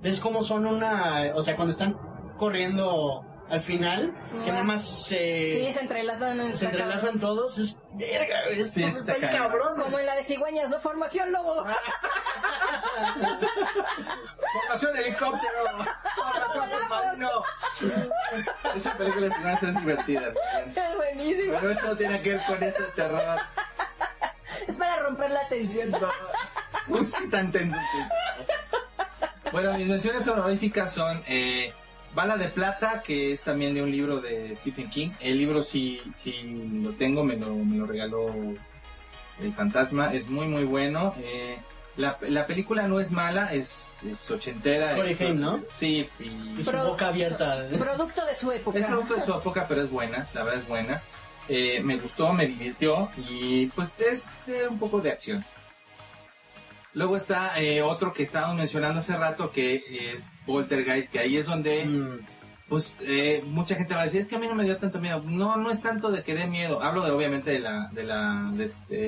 Speaker 3: Ves cómo son una. O sea, cuando están corriendo al final, que
Speaker 4: Ah.
Speaker 3: nada más
Speaker 4: Sí,
Speaker 3: se.
Speaker 4: se entrelazan.
Speaker 3: se
Speaker 4: está cabrón.
Speaker 3: entrelazan todos, es. Verga, estos
Speaker 4: Pues
Speaker 2: Sí, está
Speaker 3: están
Speaker 2: cañón.
Speaker 3: cabrón.
Speaker 4: Como en la de cigüeñas, no formación lobo.
Speaker 2: Formación de helicóptero. Hola, cuerpo marino. Esa película se me hace divertida. también.
Speaker 4: Es buenísimo.
Speaker 2: Pero eso no tiene que ver con este terror.
Speaker 4: Es para romper la tensión.
Speaker 2: No, no soy tan tenso. Bueno, mis menciones honoríficas son eh, Bala de Plata, que es también de un libro de Stephen King. El libro sí, sí lo tengo, me lo, me lo regaló el fantasma. Es muy, muy bueno. Eh, la, la película no es mala, es, es ochentera.
Speaker 3: Corey
Speaker 2: Es-
Speaker 3: Haim, ¿no?
Speaker 2: Sí, y
Speaker 3: Y su
Speaker 4: Pero-
Speaker 3: boca abierta. ¿eh?
Speaker 4: Producto de su época.
Speaker 2: es producto de su época, pero es buena, la verdad es buena. Eh, me gustó, me divirtió y pues es eh, un poco de acción. Luego está eh, otro que estábamos mencionando hace rato que es Poltergeist, que ahí es donde
Speaker 3: Mm,
Speaker 2: pues eh, mucha gente va a decir, es que a mí no me dio tanto miedo. No, no es tanto de que dé miedo. Hablo de obviamente de la, de la, de este,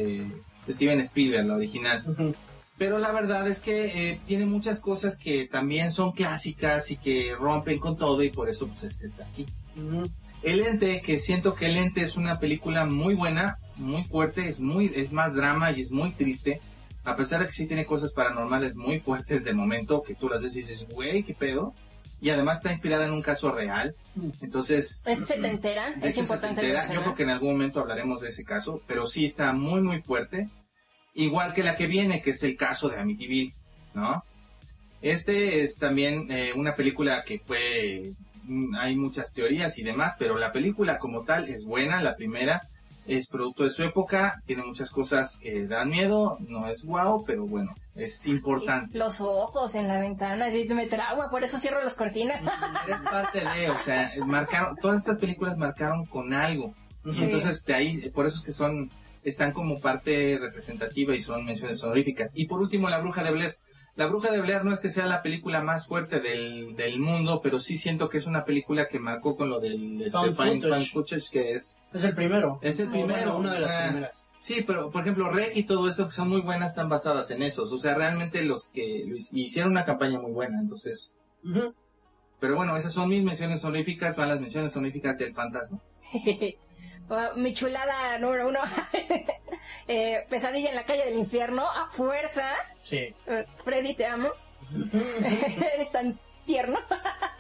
Speaker 2: de Steven Spielberg, la original.
Speaker 3: ujú.
Speaker 2: Pero la verdad es que eh, tiene muchas cosas que también son clásicas y que rompen con todo y por eso pues este está aquí.
Speaker 3: Ujú.
Speaker 2: El Ente, que siento que El Ente es una película muy buena, muy fuerte, es muy, es más drama y es muy triste. A pesar de que sí tiene cosas paranormales muy fuertes de momento, que tú las ves y dices, güey, qué pedo. Y además está inspirada en un caso real. Entonces.
Speaker 4: Es setentera,
Speaker 2: de
Speaker 4: es
Speaker 2: hecho,
Speaker 4: importante
Speaker 2: setentera. Yo
Speaker 4: mencionar.
Speaker 2: creo que en algún momento hablaremos de ese caso, pero sí está muy, muy fuerte. Igual que la que viene, que es el caso de Amityville, ¿no? Este es también eh, una película que fue... mm, Hay muchas teorías y demás, pero la película como tal es buena, la primera es producto de su época, tiene muchas cosas que dan miedo, no es guau, pero bueno, es importante.
Speaker 4: Los ojos en la ventana, así me trauma, por eso cierro las cortinas.
Speaker 2: Eres parte de, o sea, marcaron, todas estas películas marcaron con algo. Y entonces de ahí, eh, por eso es que son, están como parte representativa y son menciones honoríficas. Y por último, La Bruja de Blair. La Bruja de Blair no es que sea la película más fuerte del, del mundo, pero sí siento que es una película que marcó con lo del este,
Speaker 3: Found
Speaker 2: fan-
Speaker 3: footage.
Speaker 2: fan footage, que es,
Speaker 3: Es el primero.
Speaker 2: es el
Speaker 3: O
Speaker 2: primero.
Speaker 3: bueno, una de las
Speaker 2: Ah,
Speaker 3: primeras.
Speaker 2: Sí, pero por ejemplo, Rec y todo eso que son muy buenas están basadas en esos. O sea, realmente los que lo hic- hicieron una campaña muy buena, entonces.
Speaker 3: Ujú.
Speaker 2: Pero bueno, esas son mis menciones honoríficas, van las menciones honoríficas del fantasma.
Speaker 4: Oh, Mi chulada número uno. Eh, pesadilla en la calle del infierno, a fuerza.
Speaker 3: Sí.
Speaker 4: Eh, Freddy, te amo. Eres tan tierno.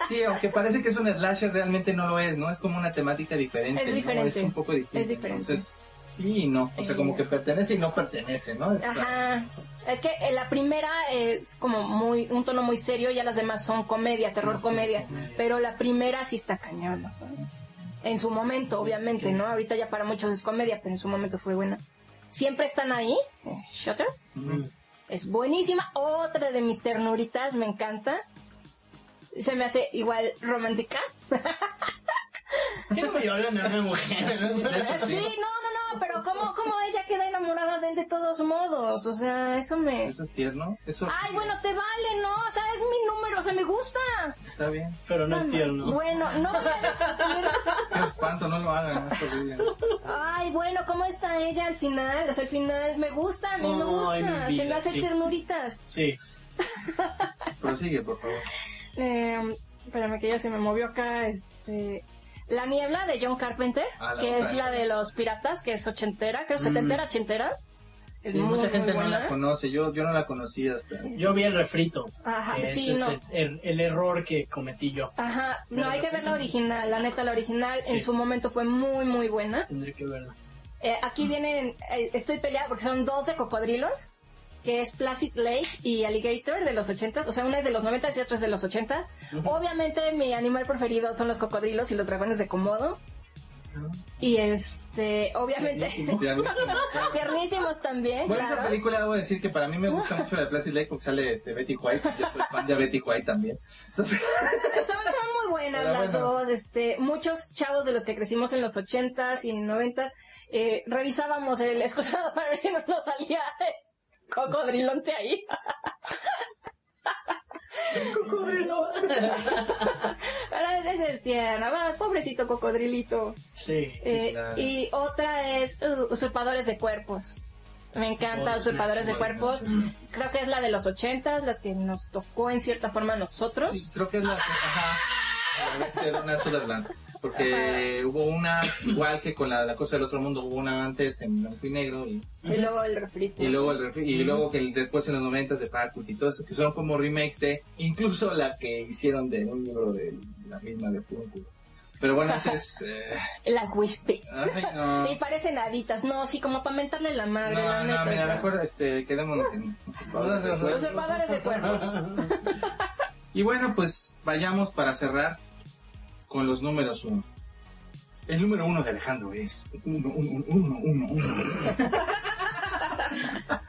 Speaker 2: Sí, aunque parece que es un slasher, realmente no lo es, ¿no? Es como una temática diferente.
Speaker 4: Es
Speaker 2: ¿no?
Speaker 4: diferente.
Speaker 2: Es un poco distinta.
Speaker 4: Es diferente.
Speaker 2: Entonces, sí y no. O sea,
Speaker 4: Sí.
Speaker 2: como que pertenece y no pertenece, ¿no? Está-
Speaker 4: Ajá. Es que eh, la primera es como muy un tono muy serio, ya las demás son comedia, terror comedia, pero la primera sí está cañón. ¿no? En su momento, obviamente, ¿no? Ahorita ya para muchos es comedia, pero en su momento fue buena. Siempre están ahí, eh, Shutter,
Speaker 2: Ujú.
Speaker 4: es buenísima. Otra de mis ternuritas, me encanta. Se me hace igual romántica.
Speaker 3: ¿Qué no me violan a una mujer?
Speaker 4: Sí, no, no, no, pero ¿cómo, cómo ella queda enamorada de él de todos modos? O sea, eso me...
Speaker 2: Eso es tierno. Eso
Speaker 4: Ay, bueno, te vale, ¿no? O sea, es mi número, o sea, me gusta.
Speaker 2: está bien.
Speaker 3: Pero no es tierno.
Speaker 4: Bueno, no, pero-
Speaker 2: Qué espanto, no lo hagan. no es horrible.
Speaker 4: Ay, bueno, ¿cómo está ella al final? O sea, al final me gusta, a mí me
Speaker 3: Ay,
Speaker 4: gusta.
Speaker 3: mi
Speaker 4: Se me
Speaker 3: vida,
Speaker 4: hace
Speaker 3: sí.
Speaker 4: ternuritas.
Speaker 3: Sí.
Speaker 2: Prosigue, por favor.
Speaker 4: Eh, espérame que ya se me movió acá, este... La niebla de John Carpenter,
Speaker 2: Ah, la
Speaker 4: que
Speaker 2: otra.
Speaker 4: es la de los piratas, que es ochentera,
Speaker 3: Mm.
Speaker 4: creo setentera, ochentera. Es
Speaker 2: Sí,
Speaker 4: muy,
Speaker 2: mucha gente
Speaker 4: muy
Speaker 2: no la
Speaker 4: buena.
Speaker 2: conoce. Yo, yo no la conocí hasta.
Speaker 3: Yo vi el refrito.
Speaker 4: Ajá,
Speaker 3: Ese
Speaker 4: sí,
Speaker 3: es
Speaker 4: no.
Speaker 3: el, el- el error que cometí yo.
Speaker 4: Ajá, no,
Speaker 3: Pero
Speaker 4: hay que ver la original, la neta, la original
Speaker 3: Sí.
Speaker 4: en su momento fue muy, muy buena.
Speaker 3: Tendré que verla.
Speaker 4: Eh, aquí vienen, eh, estoy peleada porque son dos de cocodrilos, que es Placid Lake y Alligator de los ochentas, o sea, una es de los noventas y otra es de los ochentas. Obviamente mi animal preferido son los cocodrilos y los dragones de Komodo. Y este, obviamente,
Speaker 2: Tiernísimo.
Speaker 4: tiernísimos también,
Speaker 2: Bueno, esa
Speaker 4: claro.
Speaker 2: película debo decir que para mí me gusta mucho la de Placid Lake porque sale este, Betty White. Yo soy fan de Betty White también. Entonces,
Speaker 4: Son, son muy buenas
Speaker 2: Pero
Speaker 4: las
Speaker 2: bueno.
Speaker 4: dos. Este, muchos chavos de los que crecimos en los 80s y 90s eh, revisábamos el excusado para ver si no nos salía el cocodrilonte ahí.
Speaker 2: cocodrilo.
Speaker 4: Ahora ese es tierna, va, Ah, pobrecito cocodrilito.
Speaker 3: Sí.
Speaker 4: Eh,
Speaker 2: claro.
Speaker 4: Y otra es uh, Usurpadores de Cuerpos. Me encanta
Speaker 3: Oh,
Speaker 4: Usurpadores de
Speaker 3: sí,
Speaker 4: Cuerpos. Creo que es la de los 80s, las que nos tocó en cierta forma a nosotros.
Speaker 2: Sí, creo que es la que, ajá, debe ser una Sutherland. Porque hubo una, igual que con la, la cosa del otro mundo, hubo una antes en blanco y negro y,
Speaker 4: Y luego el refrito.
Speaker 2: y luego el ref- y luego que el- después en los noventas de Faculty y todo eso, que son como remakes de, incluso la que hicieron de un libro de la misma de Furúnculo. Pero bueno, ese es, eh,
Speaker 4: Las Wispy.
Speaker 2: ay, no.
Speaker 4: Y parecen haditas, no, sí, como para mentarle la madre, la
Speaker 2: No,
Speaker 4: neta.
Speaker 2: no, mira,
Speaker 4: o sea.
Speaker 2: mejor este, quedémonos en Usurpadores de
Speaker 4: Los
Speaker 2: Cuerpos.
Speaker 4: salvadores de cuerpo.
Speaker 2: Y bueno, pues vayamos para cerrar con los números uno. El número uno de Alejandro es uno, uno, uno, uno, uno.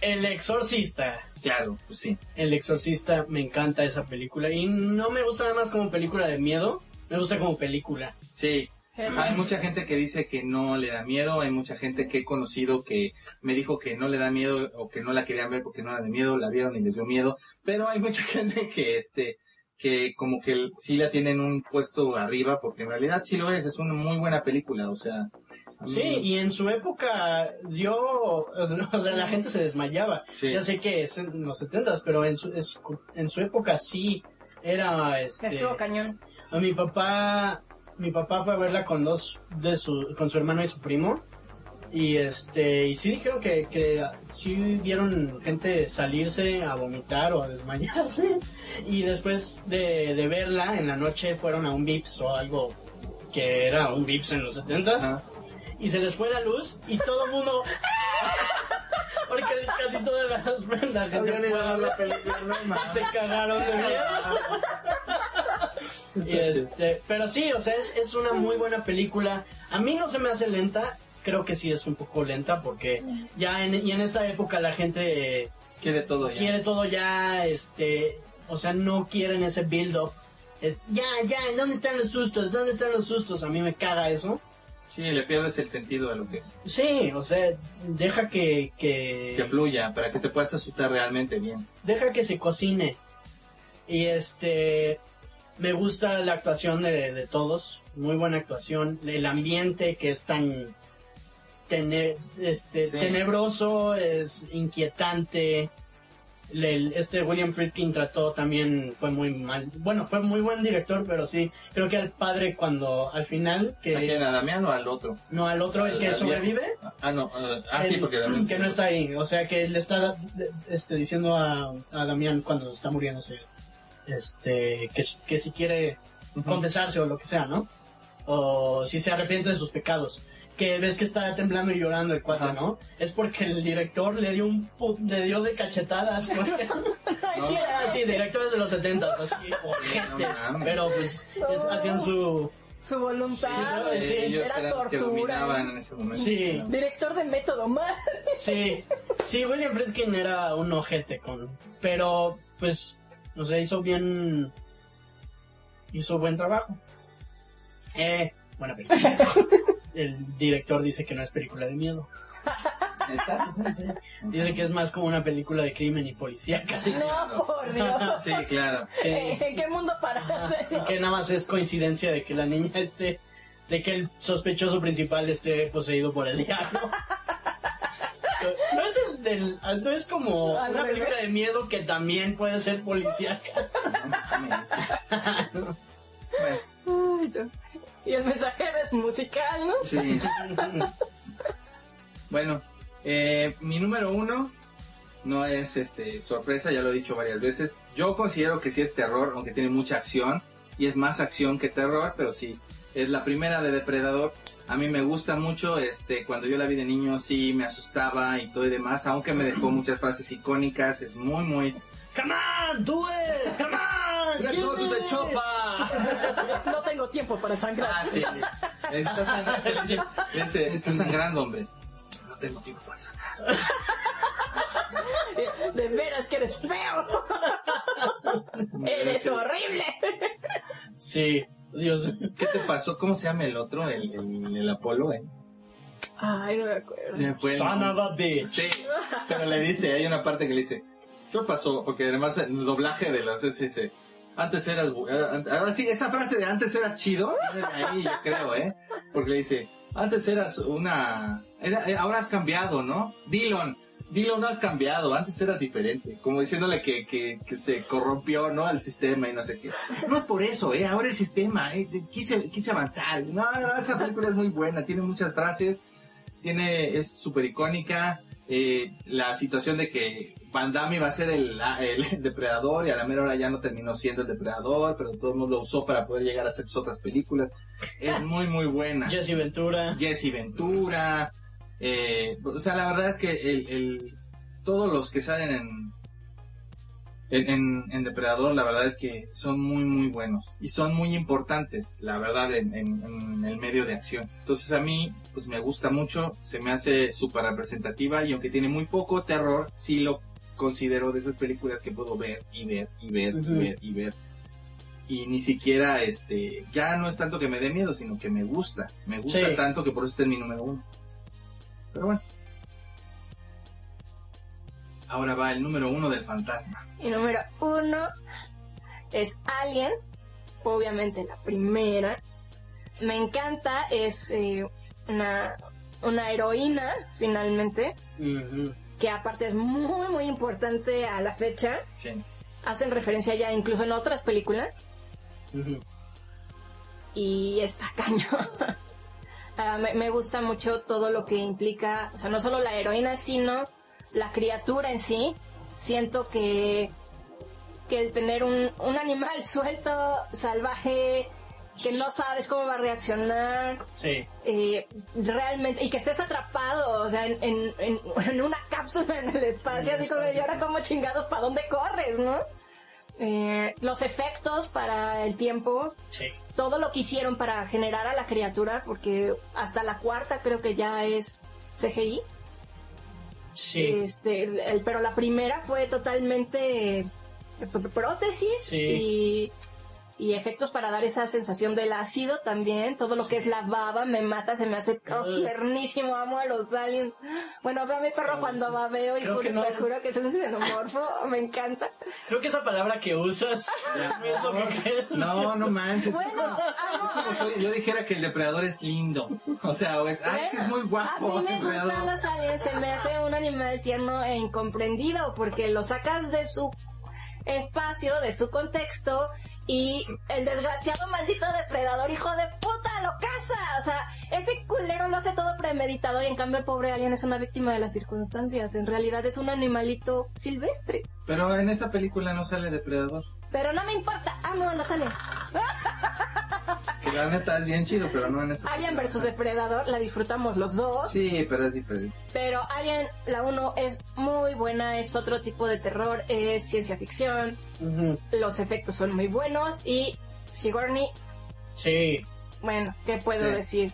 Speaker 3: El exorcista.
Speaker 2: Claro, pues sí.
Speaker 3: El exorcista, me encanta esa película. Y no me gusta nada más como película de miedo. Me gusta como película.
Speaker 2: Sí. Hay mucha gente que dice que no le da miedo, hay mucha gente que he conocido que me dijo que no le da miedo o que no la querían ver porque no era de miedo, la vieron y les dio miedo, pero hay mucha gente que este que como que sí la tienen un puesto arriba porque en realidad sí lo es, es una muy buena película, o sea. a mí-
Speaker 3: Sí, y en su época dio, o sea, la gente se desmayaba.
Speaker 2: Sí.
Speaker 3: Ya sé que es en los setentas, pero en su, es- en su época sí era, este,
Speaker 4: Estuvo cañón.
Speaker 3: a mi papá, mi papá fue a verla con dos de su, con su hermano y su primo. Y este, y sí dijeron que, que sí vieron gente salirse a vomitar o a desmayarse. Y después de, de verla en la noche fueron a un Vips o algo que era un Vips en los setentas
Speaker 2: Ajá.
Speaker 3: y se les fue la luz y todo el mundo porque casi todas las la gente
Speaker 2: Habían ido a ver la
Speaker 3: fue a-
Speaker 2: película, no mames.
Speaker 3: se cagaron de miedo y este pero sí o sea es, es una muy buena película a mí no se me hace lenta creo que sí es un poco lenta porque ya en, y en esta época la gente eh,
Speaker 2: Quiere todo ya.
Speaker 3: quiere todo ya este o sea no quieren ese build up es ya ya dónde están los sustos dónde están los sustos a mí me caga eso
Speaker 2: Sí, le pierdes el sentido a lo que es.
Speaker 3: Sí, o sea, deja que, que,
Speaker 2: Que fluya, para que te puedas asustar realmente bien.
Speaker 3: deja que se cocine. Y este me gusta la actuación de, de todos, muy buena actuación, el ambiente que es tan tene- este
Speaker 2: Sí.
Speaker 3: tenebroso, es inquietante. el- este William Friedkin trató también, fue muy mal. Bueno, fue muy buen director, pero sí, creo que al padre cuando, al final,
Speaker 2: ¿A quién?
Speaker 3: que...
Speaker 2: ¿A Damián o al otro?
Speaker 3: No, al otro, el que
Speaker 2: Al-
Speaker 3: sobrevive.
Speaker 2: Ah, no. ah, Ah, sí,
Speaker 3: el-
Speaker 2: porque Damián.
Speaker 3: Que no está ahí. O sea, que le está de- este, diciendo a, a Damián cuando está muriéndose este, que, si- que si quiere confesarse o lo que sea, ¿no? O si se arrepiente de sus pecados. Que ves que está temblando y llorando el cuate,
Speaker 2: Ajá.
Speaker 3: ¿no? Es porque el director le dio un pu- le dio de cachetadas, güey.
Speaker 4: Ay, sí,
Speaker 3: Ah, sí, directores de los 70 así, ojetes.
Speaker 2: mames.
Speaker 3: pero pues es- hacían su... Sí,
Speaker 4: Su voluntad.
Speaker 3: sí,
Speaker 2: ellos
Speaker 4: era
Speaker 2: eran los que
Speaker 4: tortura.
Speaker 2: dominaban en ese momento.
Speaker 3: eh. Sí.
Speaker 4: Director de método, más.
Speaker 3: Sí, sí, William Friedkin era un ojete con... Pero, pues, no sé, hizo bien... Hizo buen trabajo. Eh, buena película. El director dice que no es película de miedo.
Speaker 2: ¿Neta?
Speaker 3: Dice que es más como una película de crimen y policíaca.
Speaker 2: Sí,
Speaker 4: No,
Speaker 2: claro.
Speaker 4: por Dios. Eh,
Speaker 2: Sí, claro.
Speaker 3: Que,
Speaker 4: ¿En qué mundo paraste?
Speaker 3: y que nada más es coincidencia de que la niña esté... De que el sospechoso principal esté poseído por el diablo. No es el del... No es como
Speaker 4: Al
Speaker 3: una
Speaker 4: revés.
Speaker 3: película de miedo que también puede ser policíaca.
Speaker 2: No mames. Bueno,
Speaker 4: Ay, no. Y el mensajero es musical, ¿no?
Speaker 2: sí. Bueno, eh, mi número uno no es este sorpresa, ya lo he dicho varias veces. Yo considero que sí es terror, aunque tiene mucha acción. Y es más acción que terror, pero sí. Es la primera de Depredador. A mí me gusta mucho, este, cuando yo la vi de niño sí me asustaba y todo y demás, aunque me dejó muchas frases icónicas, es muy, muy...
Speaker 3: Come on, do it! Come on! kill
Speaker 2: ¡Retorno de
Speaker 3: it.
Speaker 2: Chopa!
Speaker 4: No tengo tiempo para
Speaker 2: Ah,
Speaker 4: sangrar.
Speaker 2: sí. Está sangrando, sí, sí. Ese, está sangrando, hombre. No tengo tiempo para sangrar.
Speaker 4: Eh, De veras que eres feo. Eres horrible.
Speaker 3: Sí, Dios.
Speaker 2: ¿Qué te pasó? ¿Cómo se llama el otro? El, el, el Apolo, ¿eh?
Speaker 4: Ay, no me acuerdo.
Speaker 2: Se me fue el
Speaker 3: Son
Speaker 2: nombre.
Speaker 3: of a bitch.
Speaker 2: Sí, pero le dice, hay una parte que le dice, ¿qué pasó? Porque además el doblaje de los SS. Antes eras, bu- eh, ahora sí, esa frase de antes eras chido, viene de ahí yo creo, ¿eh? Porque le dice, antes eras una, era- eh, ahora has cambiado, ¿no? Dillon, Dillon no has cambiado, antes eras diferente. Como diciéndole que, que, que se corrompió, ¿no? El sistema y no sé qué. No es por eso, ¿eh? Ahora el sistema, ¿eh? Quise, quise avanzar. No, no, no, esa película es muy buena, tiene muchas frases, tiene, es súper icónica, eh, la situación de que Van Damme iba a ser el, la- el depredador y a la mera hora ya no terminó siendo el depredador, pero todo el mundo lo usó para poder llegar a hacer sus otras películas. Es muy, muy buena.
Speaker 3: Jesse Ventura.
Speaker 2: Jesse Ventura. eh, o sea, la verdad es que el, el- todos los que salen en, en, en- en Depredador, la verdad es que son muy, muy buenos. Y son muy importantes, la verdad, en, en- en el medio de acción. Entonces a mí, pues me gusta mucho, se me hace súper representativa y aunque tiene muy poco terror, sí lo considero de esas películas que puedo ver y ver y ver y
Speaker 3: Ujú.
Speaker 2: ver y ver. Y ni siquiera, este, ya no es tanto que me dé miedo, sino que me gusta. Me gusta
Speaker 3: Sí.
Speaker 2: tanto que por eso este es mi número uno. Pero bueno. Ahora va el número uno del fantasma.
Speaker 4: Y número uno es Alien, obviamente la primera. Me encanta, es eh, una, una heroína, finalmente,
Speaker 3: Ujú.
Speaker 4: que aparte es muy, muy importante a la fecha.
Speaker 2: Sí.
Speaker 4: Hacen referencia ya incluso en otras películas.
Speaker 3: Ujú.
Speaker 4: Y está caño. Ah, me, me gusta mucho todo lo que implica, o sea, no solo la heroína, sino la criatura en sí. Siento que, que el tener un, un animal suelto, salvaje, que no sabes cómo va a reaccionar,
Speaker 3: Sí.
Speaker 4: eh, realmente, y que estés atrapado, o sea, en, en, en- en una cápsula en el espacio, así como, y ahora como chingados, ¿para dónde corres, no? Eh, los efectos para el tiempo,
Speaker 3: Sí.
Speaker 4: todo lo que hicieron para generar a la criatura, porque hasta la cuarta creo que ya es CGI,
Speaker 3: Sí.
Speaker 4: este, el- pero la primera fue totalmente eh, pr- prótesis
Speaker 3: Sí.
Speaker 4: y, y efectos para dar esa sensación del ácido también, todo lo que es la baba me mata, se me hace oh,
Speaker 3: Ugh.
Speaker 4: tiernísimo, amo a los aliens. Bueno, veo a mi perro cuando babeo y
Speaker 3: Creo
Speaker 4: juro,
Speaker 3: que no.
Speaker 4: te juro que es un xenomorfo, me encanta.
Speaker 3: Creo que esa palabra que usas no es lo que es.
Speaker 2: No, no manches.
Speaker 4: Bueno, amo.
Speaker 2: Como soy- yo dijera que el depredador es lindo. O sea, o es, ay, es que es muy guapo.
Speaker 4: A mí me
Speaker 2: el depredador.
Speaker 4: gustan los aliens, se me hace un animal tierno e incomprendido porque lo sacas de su espacio, de su contexto y el desgraciado maldito depredador hijo de puta lo caza. O sea, este culero lo hace todo premeditado y en cambio el pobre alien es una víctima de las circunstancias. En realidad es un animalito silvestre.
Speaker 2: Pero en esta película no sale depredador.
Speaker 4: Pero no me importa, amo a los aliens.
Speaker 2: Que la neta es bien chido, pero no en esta.
Speaker 4: Alien versus depredador, la disfrutamos los dos.
Speaker 2: Sí, pero es diferente.
Speaker 4: Pero Alien, la 1 es muy buena, es otro tipo de terror, es ciencia ficción,
Speaker 3: Ujú.
Speaker 4: los efectos son muy buenos y Sigourney,
Speaker 3: Sí,
Speaker 4: bueno, ¿qué puedo
Speaker 2: Sí.
Speaker 4: decir?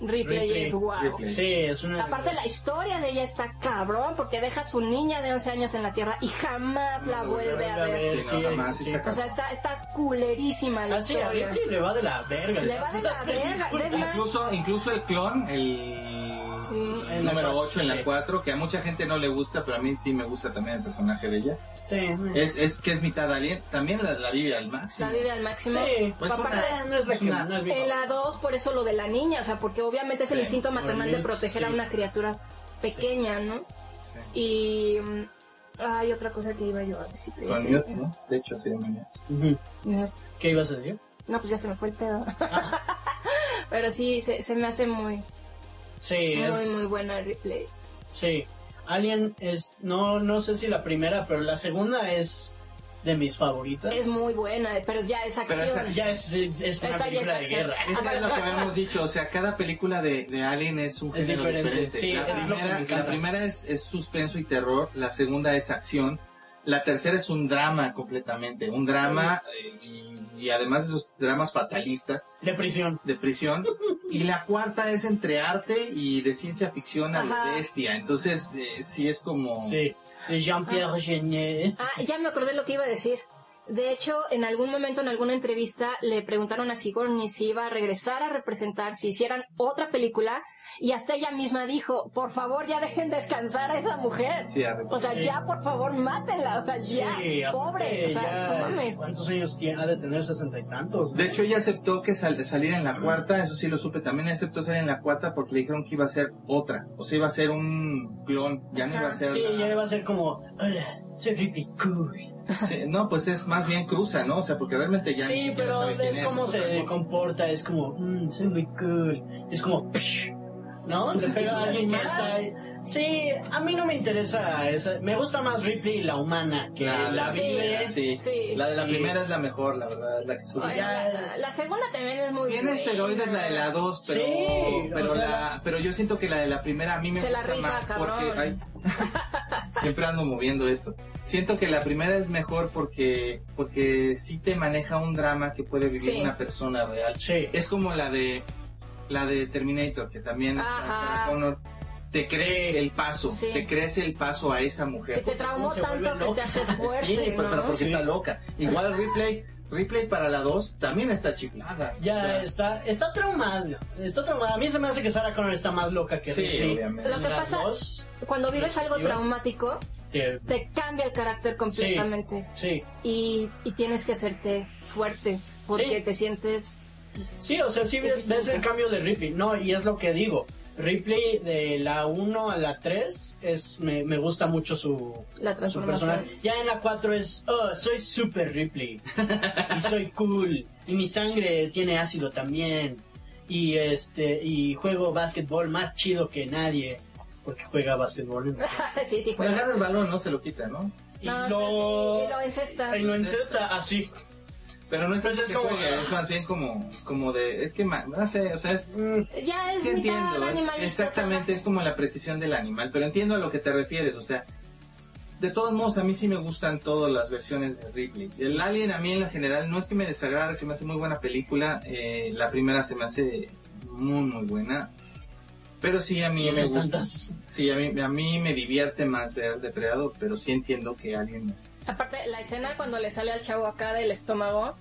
Speaker 4: Ripley,
Speaker 3: Ripley,
Speaker 4: es guau.
Speaker 2: Ripley.
Speaker 3: sí, es una.
Speaker 4: Aparte la historia de ella está cabrón porque deja a su niña de 11 años en la Tierra y jamás la vuelve a ver.
Speaker 2: Sí, no, jamás,
Speaker 3: sí.
Speaker 2: sí está
Speaker 4: O sea, está, está culerísima la
Speaker 3: Ah, sí, a
Speaker 4: historia.
Speaker 3: Ripley le va de la verga.
Speaker 4: Le va de la
Speaker 3: Esas
Speaker 4: verga,
Speaker 3: películas.
Speaker 4: es más-
Speaker 2: Incluso, incluso el clon, el
Speaker 3: En la
Speaker 2: número
Speaker 3: Mm, cuatro,
Speaker 2: 8 en
Speaker 3: sí.
Speaker 2: la 4, que a mucha gente no le gusta, pero a mí sí me gusta también el personaje de ella.
Speaker 3: Sí, eh,
Speaker 2: Es, es que es mitad alien, también la, la vive al
Speaker 4: La
Speaker 2: máximo.
Speaker 4: vive al máximo.
Speaker 3: sí.
Speaker 2: Pues
Speaker 4: Aparte,
Speaker 2: una-
Speaker 3: No es la que
Speaker 2: una-
Speaker 3: no es mi
Speaker 4: En
Speaker 3: favorita.
Speaker 4: la 2, por eso lo de la niña, o sea, porque obviamente es el
Speaker 2: Sí,
Speaker 4: instinto maternal de
Speaker 3: hormigas,
Speaker 4: proteger a
Speaker 3: sí.
Speaker 4: una criatura pequeña, ¿no? Y. mm, Hay otra cosa que iba yo a decir. pero ya
Speaker 2: Con
Speaker 4: se
Speaker 2: Newt,
Speaker 4: me
Speaker 2: ¿no? De hecho, se llama Newt.
Speaker 3: Ujú.
Speaker 4: fue. Newt.
Speaker 3: ¿Qué ibas a decir?
Speaker 4: No, pues ya se me fue el pedo. Pero sí, se, se me hace muy,
Speaker 3: Sí,
Speaker 4: muy,
Speaker 3: es.
Speaker 4: muy buena el replay.
Speaker 3: Sí. Alien es. No, no sé si la primera, pero la segunda es de mis favoritas.
Speaker 4: Es muy buena, pero ya es
Speaker 2: Pero es
Speaker 4: acción.
Speaker 2: acción.
Speaker 3: Ya es, es, es una
Speaker 4: Esa ya es
Speaker 3: película de
Speaker 4: acción.
Speaker 3: guerra.
Speaker 2: Es que es lo que habíamos dicho, o sea, cada película de, de Alien es un
Speaker 3: Es
Speaker 2: género
Speaker 3: diferente,
Speaker 2: diferente.
Speaker 3: sí,
Speaker 2: la,
Speaker 3: es lo que me
Speaker 2: primera,
Speaker 3: encanta.
Speaker 2: la primera es, es suspenso y terror, la segunda es acción, la tercera es un drama completamente, un drama eh, y, y además esos dramas fatalistas
Speaker 3: De prisión.
Speaker 2: de prisión, y la cuarta es entre arte y de ciencia ficción a la
Speaker 4: Ajá.
Speaker 2: bestia, entonces eh, sí es como...
Speaker 3: Sí. De Jean-Pierre Jeunet.
Speaker 4: Ah, ya me acordé lo que iba a decir. De hecho, en algún momento, en alguna entrevista, le preguntaron a Sigourney si iba a regresar a representar, si hicieran otra película, y hasta ella misma dijo, por favor, ya dejen descansar a esa mujer.
Speaker 2: Sí, a-
Speaker 4: O sea,
Speaker 3: Sí.
Speaker 4: ya, por favor, mátenla. O sea, ya,
Speaker 3: Sí,
Speaker 4: pobre.
Speaker 3: aparte,
Speaker 4: O sea,
Speaker 3: ya,
Speaker 4: no mames.
Speaker 3: ¿Cuántos años tiene? Ha de tener sesenta y tantos. ¿no?
Speaker 2: De hecho, ella aceptó que sal- salir en la cuarta, eso sí lo supe, también aceptó salir en la cuarta porque le dijeron que iba a ser otra, o sea, iba a ser un clon, ya no iba a ser...
Speaker 3: Sí,
Speaker 2: la-
Speaker 3: ya le va a ser como, hola, soy Ripley Cool.
Speaker 2: Sí, no, pues es más bien cruza, ¿no? O sea, porque realmente ya... ni
Speaker 3: Sí,
Speaker 2: siquiera
Speaker 3: pero
Speaker 2: sabe quién
Speaker 3: es como
Speaker 2: o sea,
Speaker 3: se
Speaker 2: no-
Speaker 3: comporta, es como, mmm, soy muy cool. Es como, "Psh", ¿no? Le
Speaker 2: Pues es que
Speaker 3: pega
Speaker 2: es
Speaker 3: a
Speaker 2: un
Speaker 3: alguien que
Speaker 2: animal.
Speaker 3: está ahí. Sí, a mí no me interesa esa. Me gusta más Ripley la humana que
Speaker 2: La
Speaker 3: la,
Speaker 2: de la
Speaker 3: Ripley.
Speaker 2: primera, sí.
Speaker 4: sí.
Speaker 2: La de la
Speaker 3: Sí.
Speaker 2: primera es la mejor, la verdad, es la que
Speaker 4: Bueno,
Speaker 2: sube.
Speaker 3: ya-
Speaker 4: la, la segunda también es muy
Speaker 2: Tiene
Speaker 4: buena.
Speaker 2: esteroides la de la 2, pero,
Speaker 3: Sí,
Speaker 2: pero,
Speaker 3: o sea,
Speaker 2: la, pero yo siento que la de la primera a mí me
Speaker 4: Se la
Speaker 2: gusta
Speaker 4: rifa,
Speaker 2: más
Speaker 4: cabrón.
Speaker 2: porque ay, siempre ando moviendo esto. Siento que la primera es mejor porque porque sí te maneja un drama que puede vivir
Speaker 4: Sí.
Speaker 2: una persona real.
Speaker 3: Sí.
Speaker 2: Es como la de la de Terminator que también
Speaker 4: Ajá.
Speaker 2: Sarah Connor, te crees
Speaker 3: Sí.
Speaker 2: el paso,
Speaker 4: Sí.
Speaker 2: te crees el paso a esa mujer.
Speaker 4: Que te traumó
Speaker 3: Se vuelve
Speaker 4: tanto que te
Speaker 3: loca.
Speaker 4: hace fuerte,
Speaker 2: Sí, pero, pero
Speaker 4: ¿no?
Speaker 2: porque está loca. Igual replay, replay para la 2 también está chiflada.
Speaker 3: Ya
Speaker 2: O sea,
Speaker 3: está, está traumada, está traumada. A mí se me hace que Sarah Connor está más loca que
Speaker 2: Sí,
Speaker 3: Ripley.
Speaker 2: obviamente.
Speaker 4: Lo que
Speaker 3: Las
Speaker 4: pasa-
Speaker 3: dos
Speaker 4: Cuando vives algo
Speaker 3: Perspectivas.
Speaker 4: traumático,
Speaker 3: te-
Speaker 4: te cambia el carácter completamente.
Speaker 3: sí,
Speaker 4: y, y tienes que hacerte fuerte porque
Speaker 3: Sí.
Speaker 4: te sientes
Speaker 3: sí, o sea, sí ves, ves el cambio de Ripley. No, y es lo que digo. Ripley de la 1 a la 3 es, me, me gusta mucho su,
Speaker 4: la
Speaker 3: su
Speaker 4: transformación.
Speaker 3: personaje. Ya en la 4 es, oh, soy super Ripley. y soy cool. Y mi sangre tiene ácido también. Y este, y juego básquetbol más chido que nadie. Porque juega básquetbol. ¿no?
Speaker 4: sí, sí,
Speaker 2: Bueno,
Speaker 4: juegas.
Speaker 2: agarra el balón, no se lo quita, ¿no?
Speaker 3: Y lo-
Speaker 4: No, pero sí, y lo encesta.
Speaker 3: y lo incesta así.
Speaker 2: Pero no es,
Speaker 3: Pues
Speaker 2: así
Speaker 3: es
Speaker 2: que
Speaker 3: como-
Speaker 2: juegue, es más bien como, como de, es que, ma- no sé, o sea, es,
Speaker 4: Ya es
Speaker 2: sí
Speaker 4: mitad
Speaker 2: entiendo, es-
Speaker 4: animalito,
Speaker 2: exactamente, es como la precisión del animal, pero entiendo a lo que te refieres, o sea, de todos modos, a mí sí me gustan todas las versiones de Ripley. El Alien a mí en general no es que me desagrade, se me hace muy buena película, eh, la primera se me hace muy, muy buena, pero sí a mí me gusta.
Speaker 3: Tantas-
Speaker 2: Sí, a mí, a mí me divierte más ver Depredador, pero sí entiendo que Alien es...
Speaker 4: o sea, Aparte, la escena cuando le sale al chavo acá del estómago,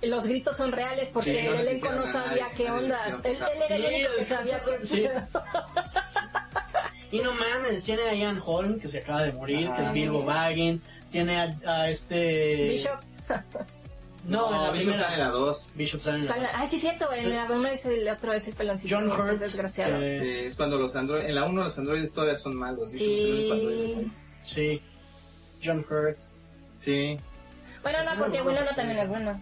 Speaker 4: los gritos son reales porque
Speaker 2: Sí, no
Speaker 4: el elenco
Speaker 2: necesitaba
Speaker 4: no sabía
Speaker 2: nadie,
Speaker 4: qué
Speaker 2: nadie,
Speaker 4: ondas.
Speaker 2: no,
Speaker 4: Él, él era el
Speaker 3: sí,
Speaker 4: único que
Speaker 3: es-
Speaker 4: sabía qué
Speaker 3: sí. Ah. Y no mames, tiene a Ian Holm que se acaba de morir, que es Bilbo Baggins. tiene a, a este...
Speaker 4: Bishop.
Speaker 3: No, en la
Speaker 2: Bishop
Speaker 3: primera.
Speaker 2: sale la 2.
Speaker 3: Bishop sale en la
Speaker 4: Sale- Ah, sí, es cierto. En
Speaker 3: Sí.
Speaker 4: la uno es el otro es el peloncito.
Speaker 3: John
Speaker 4: es
Speaker 3: Hurt.
Speaker 4: desgraciado.
Speaker 3: eh,
Speaker 2: Eh, es cuando los androides, en la 1 los androides todavía son malos. Bishop
Speaker 4: Sí.
Speaker 2: sale el androide.
Speaker 3: sí. John Hurt.
Speaker 2: Sí.
Speaker 4: Bueno, no, porque Winona también es bueno.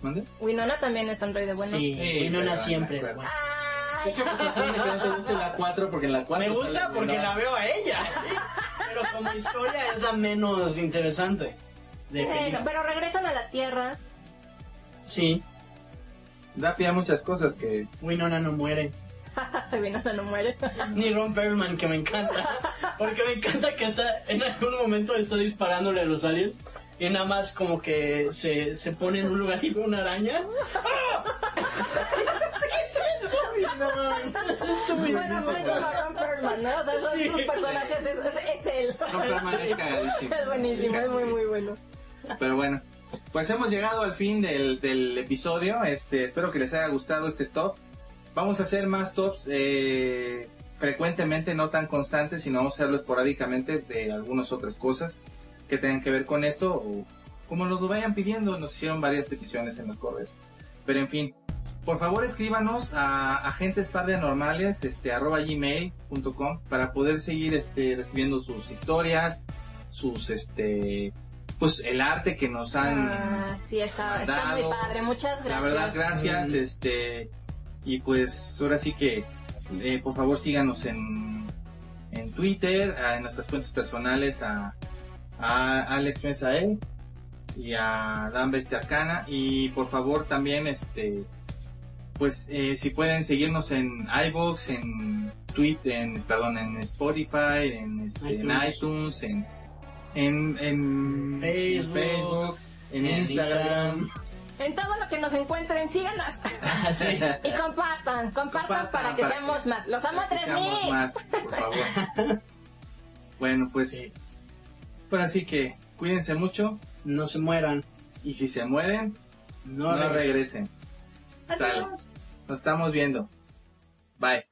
Speaker 2: ¿Mande?
Speaker 4: Winona también es androide bueno.
Speaker 3: Sí,
Speaker 2: eh. Sí,
Speaker 3: Winona
Speaker 2: pero,
Speaker 3: siempre.
Speaker 2: bueno.
Speaker 3: bueno.
Speaker 4: Ay,
Speaker 2: De hecho, pues, me sorprende que no te guste la 4 porque en la 4
Speaker 3: Me gusta
Speaker 2: sale
Speaker 3: porque
Speaker 2: Winona.
Speaker 3: la veo a ella, ¿sí? pero como historia es la menos interesante. De
Speaker 4: bueno,
Speaker 3: película.
Speaker 4: pero regresan a la Tierra.
Speaker 3: Sí,
Speaker 2: Da pie a muchas cosas que...
Speaker 3: Winona no muere.
Speaker 4: Winona no muere.
Speaker 3: Ni Ron Perlman, que me encanta. Porque me encanta que está en algún momento está disparándole a los aliens y nada más como que se, se pone en un lugar y ve una araña. ¡Ah! ¿Qué es eso?
Speaker 4: bueno, pues como Ron Perlman, ¿no? O sea, son
Speaker 3: Sí.
Speaker 4: sus personajes, es, es- es él.
Speaker 2: No permanezca
Speaker 4: Es buenísimo, es muy, muy bueno.
Speaker 2: Pero bueno, pues hemos llegado al fin del, del episodio. Este, espero que les haya gustado este top. Vamos a hacer más tops eh, frecuentemente, no tan constantes, sino vamos a hacerlo esporádicamente de algunas otras cosas que tengan que ver con esto. O como nos lo vayan pidiendo, nos hicieron varias peticiones en los correos. Pero en fin, por favor escríbanos a agentespardianormales, este, arroba gmail.com para poder seguir este, recibiendo sus historias, sus este, pues el arte que nos han
Speaker 4: Ah, sí, está, está muy
Speaker 2: mandado.
Speaker 4: padre. Muchas
Speaker 2: la
Speaker 4: gracias.
Speaker 2: verdad gracias
Speaker 3: Mm.
Speaker 2: este y pues ahora sí que eh, por favor síganos en en Twitter a- en nuestras cuentas personales a, a Alex Mesael y a Dan Bestia Arcana y por favor también este pues eh, si pueden seguirnos en iBox en Twitter en perdón en Spotify en, este, en
Speaker 3: iTunes.
Speaker 2: iTunes en en, en
Speaker 3: Facebook.
Speaker 2: Facebook, en,
Speaker 3: En
Speaker 2: Instagram.
Speaker 3: Instagram.
Speaker 4: En todo lo que nos encuentren, síganos.
Speaker 3: Ah, sí.
Speaker 4: Y compartan, compartan,
Speaker 2: Compartan
Speaker 4: para que
Speaker 2: para
Speaker 4: seamos
Speaker 2: que-
Speaker 4: más. Los amo a
Speaker 2: Que seamos
Speaker 4: 3000.
Speaker 2: más, por favor. bueno, pues,
Speaker 3: Sí.
Speaker 2: pues así que cuídense mucho
Speaker 3: No se mueran.
Speaker 2: y si se mueren,
Speaker 3: No,
Speaker 2: no, regresen. Sale. Nos estamos viendo. Bye.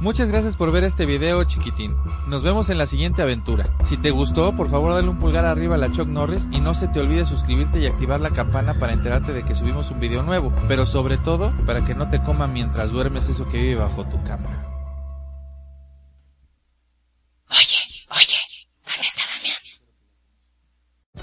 Speaker 6: Muchas gracias por ver este video chiquitín. Nos vemos en la siguiente aventura. Si te gustó, por favor dale un pulgar arriba a la Chuck Norris y no se te olvide suscribirte y activar la campana para enterarte de que subimos un video nuevo. Pero sobre todo, para que no te coman mientras duermes eso que vive bajo tu cama.